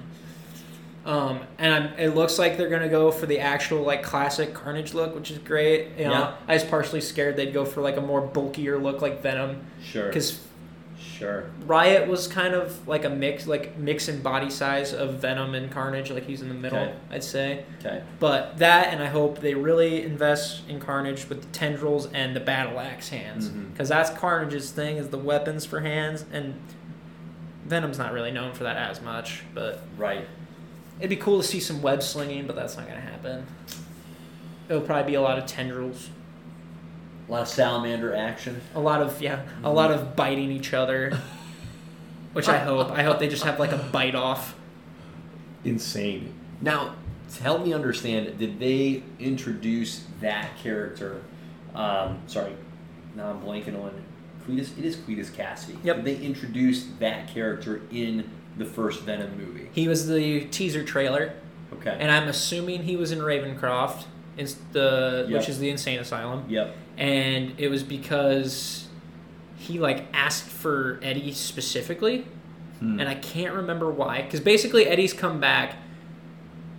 Speaker 1: Um, and I'm, it looks like they're gonna go for the actual like classic Carnage look, which is great. You know,
Speaker 2: Yeah.
Speaker 1: I was partially scared they'd go for like a more bulkier look like Venom,
Speaker 2: sure.
Speaker 1: because
Speaker 2: Sure.
Speaker 1: Riot was kind of like a mix, like mix in body size of Venom and Carnage, like he's in the middle,
Speaker 2: Okay.
Speaker 1: I'd say.
Speaker 2: Okay.
Speaker 1: But that, and I hope they really invest in Carnage with the tendrils and the battle axe hands,
Speaker 2: Mhm.
Speaker 1: because that's Carnage's thing is the weapons for hands, and Venom's not really known for that as much. But
Speaker 2: Right.
Speaker 1: it'd be cool to see some web slinging, but that's not gonna happen. It'll probably be a lot of tendrils,
Speaker 2: A lot of salamander action.
Speaker 1: a lot of yeah, a lot of biting each other. Which I hope. I hope they just have like a bite off.
Speaker 2: insane. Now, to help me understand, did they introduce that character? Um, sorry, now I'm blanking on Cletus. It is Cletus Cassidy.
Speaker 1: Yep.
Speaker 2: Did they introduced that character in the first Venom movie?
Speaker 1: He was the teaser trailer,
Speaker 2: Okay.
Speaker 1: and I'm assuming he was in Ravencroft, it's the
Speaker 2: Yep.
Speaker 1: which is the insane asylum.
Speaker 2: yep.
Speaker 1: and it was because he like asked for Eddie specifically,
Speaker 2: Hmm.
Speaker 1: and I can't remember why. Because basically, Eddie's come back.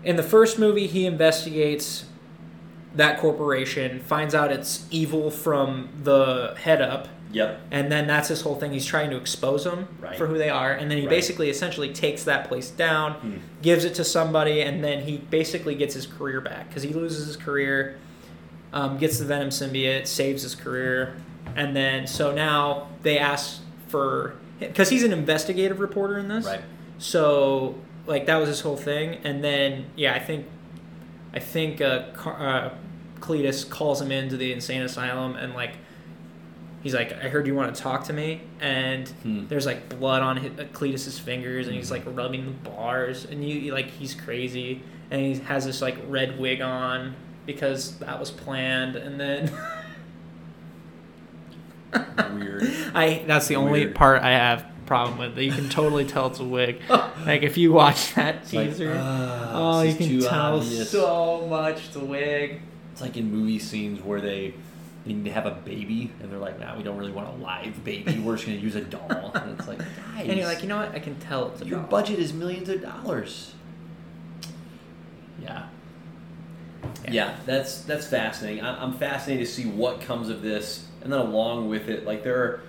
Speaker 1: In the first movie, he investigates that corporation, finds out it's evil from the head up,
Speaker 2: Yep.
Speaker 1: and then that's his whole thing. He's trying to expose them
Speaker 2: Right.
Speaker 1: for who they are, and then he
Speaker 2: Right.
Speaker 1: basically essentially takes that place down,
Speaker 2: Hmm.
Speaker 1: gives it to somebody, and then he basically gets his career back because he loses his career, um, gets the Venom symbiote, saves his career, and then so now they ask for because he's an investigative reporter in this,
Speaker 2: Right.
Speaker 1: so like that was his whole thing, and then yeah, I think, I think uh, Car- uh, Cletus calls him into the insane asylum and like, he's like, I heard you want to talk to me, and
Speaker 2: Hmm.
Speaker 1: there's like blood on his, uh, Cletus's fingers, and he's like rubbing the bars, and you you, like he's crazy, and he has this like red wig on because that was planned, and then (laughs)
Speaker 2: Weird.
Speaker 1: (laughs) I that's the only
Speaker 2: Weird.
Speaker 1: part I have problem with. That you can totally tell it's a (laughs) wig. Like if you watch that
Speaker 2: It's like,
Speaker 1: teaser,
Speaker 2: ah,
Speaker 1: oh, you
Speaker 2: this is
Speaker 1: can
Speaker 2: too
Speaker 1: tell
Speaker 2: obvious.
Speaker 1: so much it's a wig.
Speaker 2: It's like in movie scenes where they they need to have a baby and they're like, nah, we don't really want a live baby. We're just gonna use a doll. And it's like, guys,
Speaker 1: (laughs) And you're like, you know what? I can tell it's a
Speaker 2: your
Speaker 1: doll.
Speaker 2: budget is millions of dollars. Yeah.
Speaker 1: Yeah.
Speaker 2: Yeah, that's that's fascinating. I, I'm fascinated to see what comes of this, and then along with it, like there are,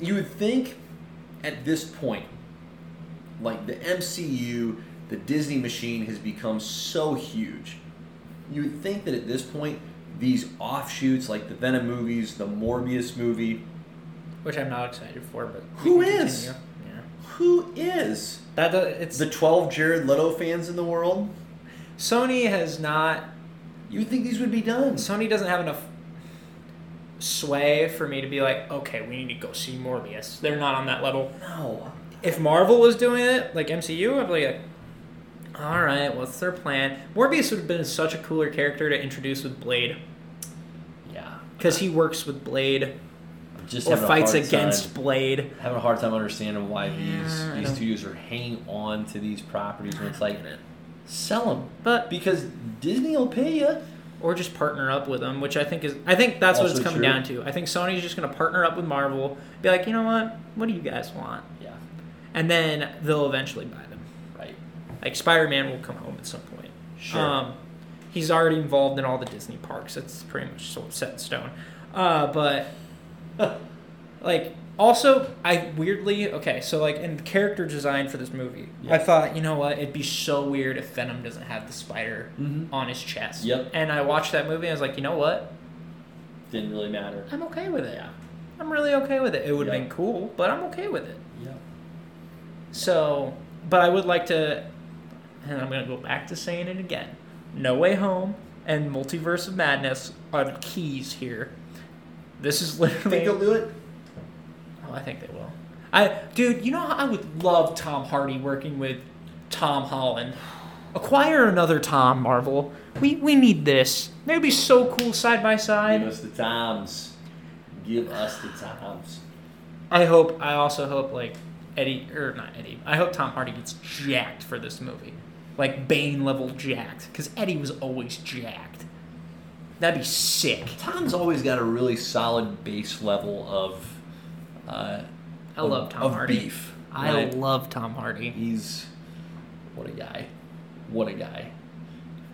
Speaker 2: you would think, at this point, like the MCU, the Disney machine has become so huge. You would think that at this point, these offshoots like the Venom movies, the Morbius movie,
Speaker 1: Which I'm not excited for, but we
Speaker 2: Who
Speaker 1: can
Speaker 2: is?
Speaker 1: continue. Yeah.
Speaker 2: who is
Speaker 1: That do- it's
Speaker 2: the 12 Jared Leto fans in the world?
Speaker 1: Sony has not.
Speaker 2: You would think these would be done.
Speaker 1: Sony doesn't have enough sway for me to be like, okay, we need to go see Morbius. They're not on that level.
Speaker 2: No.
Speaker 1: if Marvel was doing it, like MCU, I'd be like, all right, what's their plan? Morbius would have been such a cooler character to introduce with Blade
Speaker 2: Yeah.
Speaker 1: because he works with Blade
Speaker 2: Just
Speaker 1: or
Speaker 2: having a
Speaker 1: fights
Speaker 2: hard
Speaker 1: against
Speaker 2: time-
Speaker 1: Blade.
Speaker 2: having a hard time understanding why
Speaker 1: Yeah, I
Speaker 2: these these
Speaker 1: know.
Speaker 2: studios are hanging on to these properties when it's like
Speaker 1: Get it.
Speaker 2: sell them
Speaker 1: But
Speaker 2: because Disney will pay you.
Speaker 1: or just partner up with them, which I think is I think that's what
Speaker 2: Also
Speaker 1: it's coming
Speaker 2: true.
Speaker 1: down to. I think Sony's just gonna partner up with Marvel, be like, you know what, what do you guys want?
Speaker 2: Yeah,
Speaker 1: And then they'll eventually buy them.
Speaker 2: right.
Speaker 1: Like Spider Man will come home at some point.
Speaker 2: Sure.
Speaker 1: Um, he's already involved in all the Disney parks. It's pretty much so set in stone. Uh, but (laughs) like also I weirdly okay, so like in character design for this movie,
Speaker 2: Yeah.
Speaker 1: I thought, you know what, it'd be so weird if Venom doesn't have the spider
Speaker 2: Mhm.
Speaker 1: on his chest.
Speaker 2: Yep.
Speaker 1: And I watched that movie and I was like, you know what?
Speaker 2: Didn't really matter.
Speaker 1: I'm okay with it.
Speaker 2: Yeah.
Speaker 1: I'm really okay with it. It would have
Speaker 2: Yep.
Speaker 1: been cool, but I'm okay with it.
Speaker 2: Yeah.
Speaker 1: So, but I would like to, and I'm going to go back to saying it again No Way Home and Multiverse of Madness are the keys here. This is
Speaker 2: Think
Speaker 1: literally.
Speaker 2: they'll do it?
Speaker 1: oh, I think they will. I, dude, you know how I would love Tom Hardy working with Tom Holland. Acquire another Tom Marvel. We we need this. They'd be so cool side by side.
Speaker 2: Give us the times. Give us the times.
Speaker 1: I hope. I also hope like Eddie or not Eddie. I hope Tom Hardy gets jacked for this movie, like Bane level jacked, because Eddie was always jacked. That'd be sick.
Speaker 2: Tom's always got a really solid base level of. Uh,
Speaker 1: I
Speaker 2: of-
Speaker 1: love Tom
Speaker 2: of
Speaker 1: Hardy.
Speaker 2: Beef.
Speaker 1: I
Speaker 2: right?
Speaker 1: love Tom Hardy.
Speaker 2: He's what a guy. What a guy.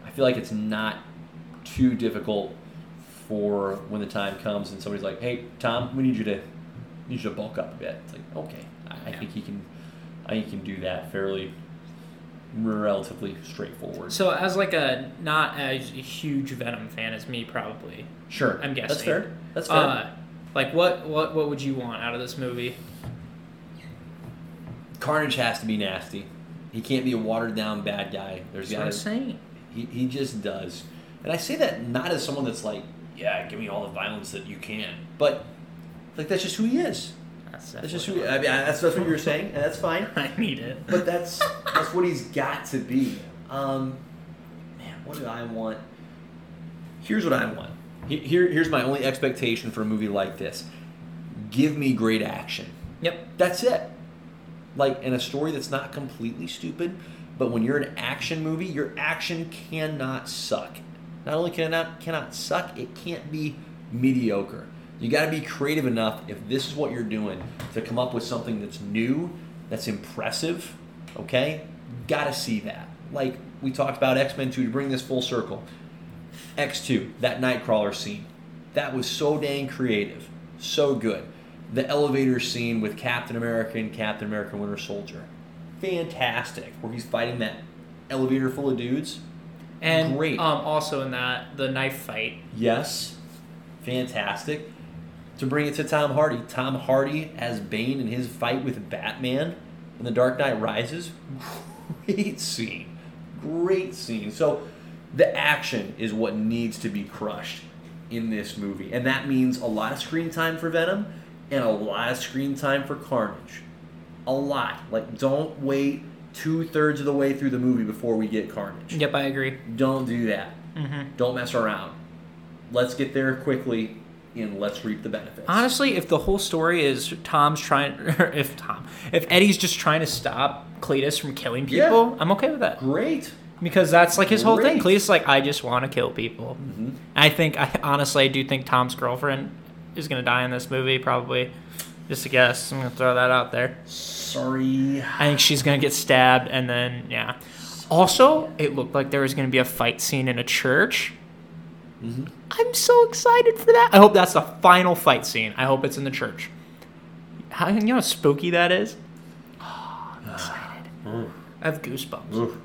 Speaker 2: I feel like it's not too difficult for when the time comes and somebody's like, "Hey, Tom, we need you to need you to bulk up a bit." It's like, okay, I, I
Speaker 1: Yeah.
Speaker 2: think he can. I think he can do that fairly, relatively straightforward.
Speaker 1: So as like a not as a huge Venom fan as me probably.
Speaker 2: Sure,
Speaker 1: I'm guessing.
Speaker 2: that's fair. That's fair.
Speaker 1: Uh, like what what what would you want out of this movie?
Speaker 2: Carnage has to be nasty. He can't be a watered down bad guy. There's
Speaker 1: That's what
Speaker 2: got
Speaker 1: I'm
Speaker 2: to
Speaker 1: saying.
Speaker 2: He, he just does. And I say that not as someone that's like, yeah, give me all the violence that you can. But, like, that's just who he is.
Speaker 1: That's,
Speaker 2: That's just who
Speaker 1: definitely-
Speaker 2: I mean, that's, that's what you were saying, and that's fine.
Speaker 1: (laughs) I need it.
Speaker 2: But that's that's what he's got to be. Um, man, what do I want? Here's what I want. He- Here, here's my only expectation for a movie like this. Give me great action.
Speaker 1: Yep.
Speaker 2: That's it. Like in a story that's not completely stupid, but when you're an action movie, your action cannot suck. Not only can it not cannot suck, it can't be mediocre. You got to be creative enough if this is what you're doing to come up with something that's new, that's impressive. Okay, got to see that. Like we talked about X Men Two to bring this full circle. X2, that Nightcrawler scene. That was so dang creative. So good. The elevator scene with Captain America and Captain America Winter Soldier. Fantastic. Where he's fighting that elevator full of dudes.
Speaker 1: And
Speaker 2: Great.
Speaker 1: um also in that the knife fight
Speaker 2: Yes. Fantastic. To bring it to Tom Hardy. Tom Hardy as Bane in his fight with Batman in The Dark Knight Rises. (laughs) Great scene. Great scene. So the action is what needs to be crushed in this movie. And that means a lot of screen time for Venom and a lot of screen time for Carnage. A lot. Like, don't wait two thirds of the way through the movie before we get Carnage.
Speaker 1: Yep, I agree.
Speaker 2: Don't do that.
Speaker 1: Mm-hmm.
Speaker 2: Don't mess around. Let's get there quickly and let's reap the benefits.
Speaker 1: Honestly, if the whole story is Tom's trying, (laughs) or if Tom, if Eddie's just trying to stop Cletus from killing
Speaker 2: Yeah.
Speaker 1: people, I'm okay with that
Speaker 2: Great. because
Speaker 1: because that's like his whole thing.
Speaker 2: Great.
Speaker 1: Cletus is like, I just want to kill people.
Speaker 2: Mhm.
Speaker 1: I think, I honestly, I do think Tom's girlfriend is gonna die in this movie, probably. Just a guess. I'm gonna throw that out there.
Speaker 2: Sorry.
Speaker 1: I think she's gonna get stabbed, and then yeah. Also, it looked like there was gonna be a fight scene in a church.
Speaker 2: Mm-hmm.
Speaker 1: I'm so excited for that. I hope that's the final fight scene. I hope it's in the church. How you know how spooky that is?
Speaker 2: Ah, Ooh.
Speaker 1: I have goosebumps.
Speaker 2: Ooh.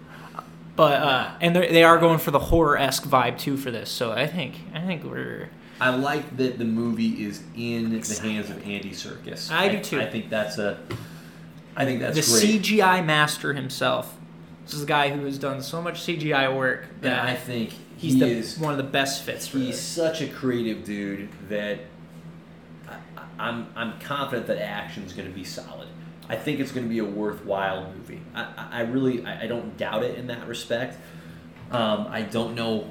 Speaker 1: But uh, and they're- they are going for the horror esque vibe too for this. So I think I think we're
Speaker 2: I like that the movie is in the hands of Andy Circus.
Speaker 1: I do too.
Speaker 2: I think that's a. I think that's
Speaker 1: the
Speaker 2: great.
Speaker 1: CGI master himself. This is a guy who has done so much CGI work
Speaker 2: and I
Speaker 1: that
Speaker 2: think
Speaker 1: he's
Speaker 2: he
Speaker 1: the,
Speaker 2: is
Speaker 1: one of the best fits for
Speaker 2: he's
Speaker 1: this.
Speaker 2: such a creative dude that I, I'm I'm confident that action's going to be solid. I think it's going to be a worthwhile movie. I, I- I really I, I don't doubt it in that respect. Um, I don't know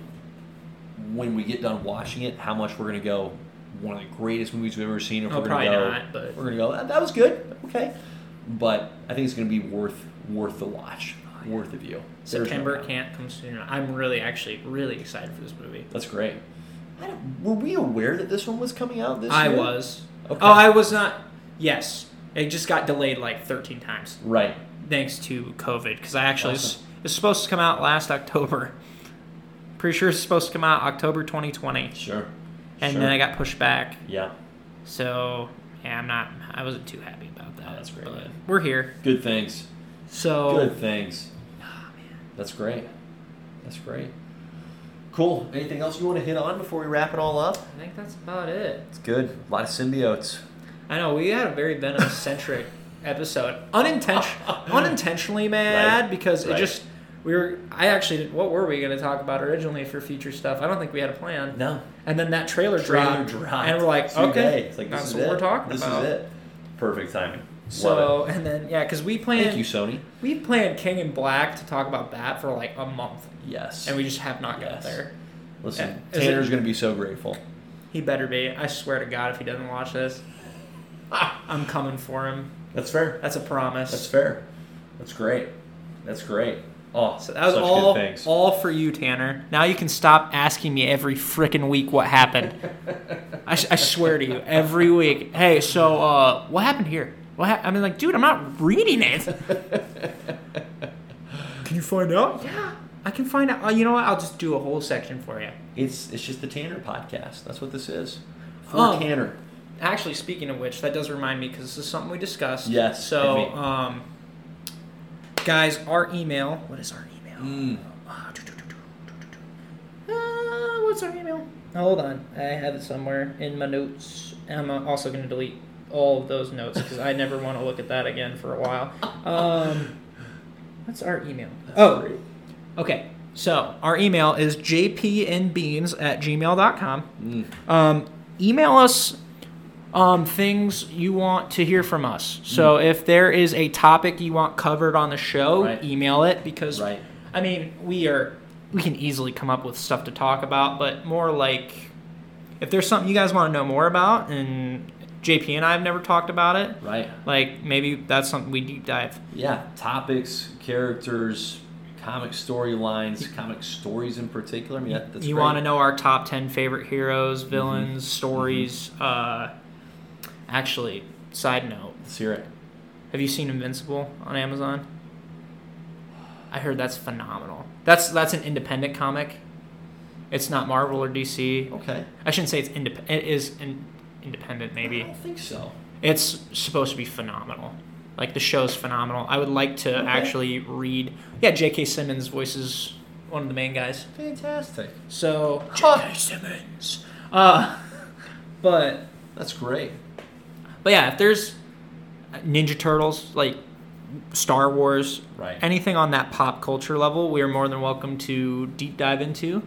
Speaker 2: when we get done watching it how much we're going to go. One of the greatest movies we've ever seen. If
Speaker 1: Oh,
Speaker 2: we're
Speaker 1: probably
Speaker 2: going to go,
Speaker 1: not, but-
Speaker 2: we're going to go. That, that was good. Okay, but I think it's going to be worth worth the watch, worth the view. There's no
Speaker 1: Oh, September
Speaker 2: doubt.
Speaker 1: can't come soon. I'm really actually really excited for this movie.
Speaker 2: That's great. I don't, were we aware that this one was coming out this
Speaker 1: I
Speaker 2: year?
Speaker 1: was.
Speaker 2: Okay.
Speaker 1: Oh, I was not. Yes, it just got delayed like 13 times
Speaker 2: Right.
Speaker 1: thanks to COVID because I actually
Speaker 2: Awesome.
Speaker 1: it's supposed to come out last October. Pretty sure it's supposed to come out October 2020,
Speaker 2: Sure.
Speaker 1: and
Speaker 2: Sure.
Speaker 1: then I got pushed back.
Speaker 2: Yeah.
Speaker 1: So yeah, I'm not. I wasn't too happy about that.
Speaker 2: Oh, that's great,
Speaker 1: but
Speaker 2: man.
Speaker 1: We're here.
Speaker 2: Good things.
Speaker 1: So
Speaker 2: Good things. That's great. That's great. Cool. Anything else you want to hit on before we wrap it all up?
Speaker 1: I think that's about it.
Speaker 2: It's good. A lot of symbiotes.
Speaker 1: I know we had a very Venom
Speaker 2: (laughs)
Speaker 1: centric episode, Unintention- unintentionally mad
Speaker 2: Right,
Speaker 1: because it
Speaker 2: right.
Speaker 1: just we were. I actually didn't- what were we going to talk about originally for future stuff? I don't think we had a plan.
Speaker 2: No.
Speaker 1: And then that trailer,
Speaker 2: Trailer
Speaker 1: dropped,
Speaker 2: dropped.
Speaker 1: and we're like,
Speaker 2: Today.
Speaker 1: okay,
Speaker 2: It's like, this
Speaker 1: that's
Speaker 2: is
Speaker 1: what
Speaker 2: it.
Speaker 1: we're talking
Speaker 2: this
Speaker 1: about.
Speaker 2: is it. Perfect timing. Love it.
Speaker 1: So and then yeah, because we
Speaker 2: Thank you,
Speaker 1: planned
Speaker 2: Sony.
Speaker 1: we planned King and Black to talk about that for like a month,
Speaker 2: Yes.
Speaker 1: and we just have not
Speaker 2: Yes.
Speaker 1: got there.
Speaker 2: Listen,
Speaker 1: Is it-
Speaker 2: Tanner's going to be so grateful.
Speaker 1: He better be. I swear to God, if he doesn't watch
Speaker 2: (laughs)
Speaker 1: this, I'm coming for him.
Speaker 2: That's fair.
Speaker 1: That's a promise.
Speaker 2: That's fair. That's great. That's great. Oh,
Speaker 1: So that was
Speaker 2: such
Speaker 1: all,
Speaker 2: good things.
Speaker 1: all for you, Tanner. Now you can stop asking me every freaking week what (laughs) happened. I, s- I swear to you, every week. Hey, so uh, what happened here? What hap I mean, like, dude, I'm not reading it. (laughs) can you find out? Yeah, I can find out. Uh, you know what? I'll just do a whole section for you.
Speaker 2: It's it's just the Tanner podcast. That's what this is. For
Speaker 1: Oh.
Speaker 2: Tanner.
Speaker 1: Actually, speaking of which, that does remind me because this is something we discussed.
Speaker 2: Yes,
Speaker 1: So,
Speaker 2: hit me.
Speaker 1: um, guys, our email. What is our email?
Speaker 2: Mm.
Speaker 1: Uh, do, do, do, do, do, do, do. Uh, what's our email? Hold on, I have it somewhere in my notes. I'm uh, also going to delete all of those notes because I never want to look at that again for a while. Um, what's our email? oh, okay. So our email is jpnbeans at gmail.com.
Speaker 2: Mm.
Speaker 1: Um, email us um, things you want to hear from us. So if there is a topic you want covered on the show,
Speaker 2: Mm-hmm. Right.
Speaker 1: email it because
Speaker 2: Right.
Speaker 1: I mean we are we can easily come up with stuff to talk about, but more like if there's something you guys want to know more about and JP and I have never talked about it,
Speaker 2: Right.
Speaker 1: like maybe that's something we deep dive.
Speaker 2: Yeah. Topics, characters, comic storylines, comic stories in particular. I mean, that, that's
Speaker 1: you
Speaker 2: great. Mm-hmm.
Speaker 1: want to know our top 10 favorite heroes, villains, stories. Uh, actually, side note,
Speaker 2: Let's hear it.
Speaker 1: Have you seen Invincible on Amazon? I heard that's phenomenal. That's that's an independent comic. It's not Marvel or DC.
Speaker 2: Okay.
Speaker 1: I shouldn't say it's independent. It is in- independent,
Speaker 2: I
Speaker 1: maybe.
Speaker 2: don't think so.
Speaker 1: It's supposed to be phenomenal. Like the show's phenomenal. I would like to
Speaker 2: Okay.
Speaker 1: actually read. Yeah, J.K. Simmons voices one of the main guys.
Speaker 2: Fantastic.
Speaker 1: So
Speaker 2: J.K.
Speaker 1: Simmons. Uh, but
Speaker 2: That's great.
Speaker 1: But yeah, if there's Ninja Turtles, like Star Wars,
Speaker 2: Right.
Speaker 1: anything on that pop culture level, we are more than welcome to deep dive into.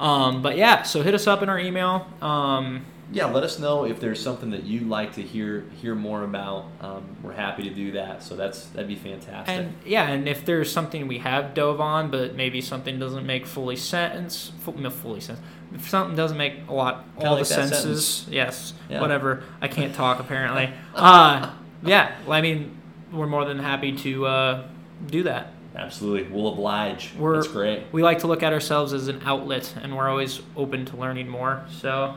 Speaker 1: Um, but yeah, so hit us up in our email. Um,
Speaker 2: yeah, let us know if there's something that you'd like to hear hear more about. Um, we're happy to do that. So that's that'd be fantastic.
Speaker 1: And yeah, and if there's something we have dove on, but maybe something doesn't make fully sense, fu- no, fully sense. If something doesn't make a lot,
Speaker 2: Kinda
Speaker 1: all
Speaker 2: like
Speaker 1: the
Speaker 2: that
Speaker 1: senses, yes,
Speaker 2: Yeah.
Speaker 1: whatever. I can't talk
Speaker 2: (laughs)
Speaker 1: apparently. uh, yeah, well, I mean, we're more than happy to uh, do that.
Speaker 2: Absolutely, we'll oblige.
Speaker 1: We're-
Speaker 2: that's great.
Speaker 1: We like to look at ourselves as an outlet, and we're always open to learning more. So,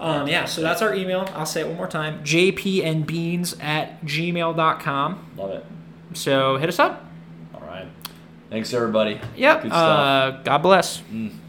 Speaker 1: um, yeah, so that's our email. I'll say it one more time jpnbeans at gmail.com.
Speaker 2: Love it.
Speaker 1: So hit us up.
Speaker 2: All right. Thanks everybody.
Speaker 1: Yep.
Speaker 2: Good stuff.
Speaker 1: Uh, God bless.
Speaker 2: Mm.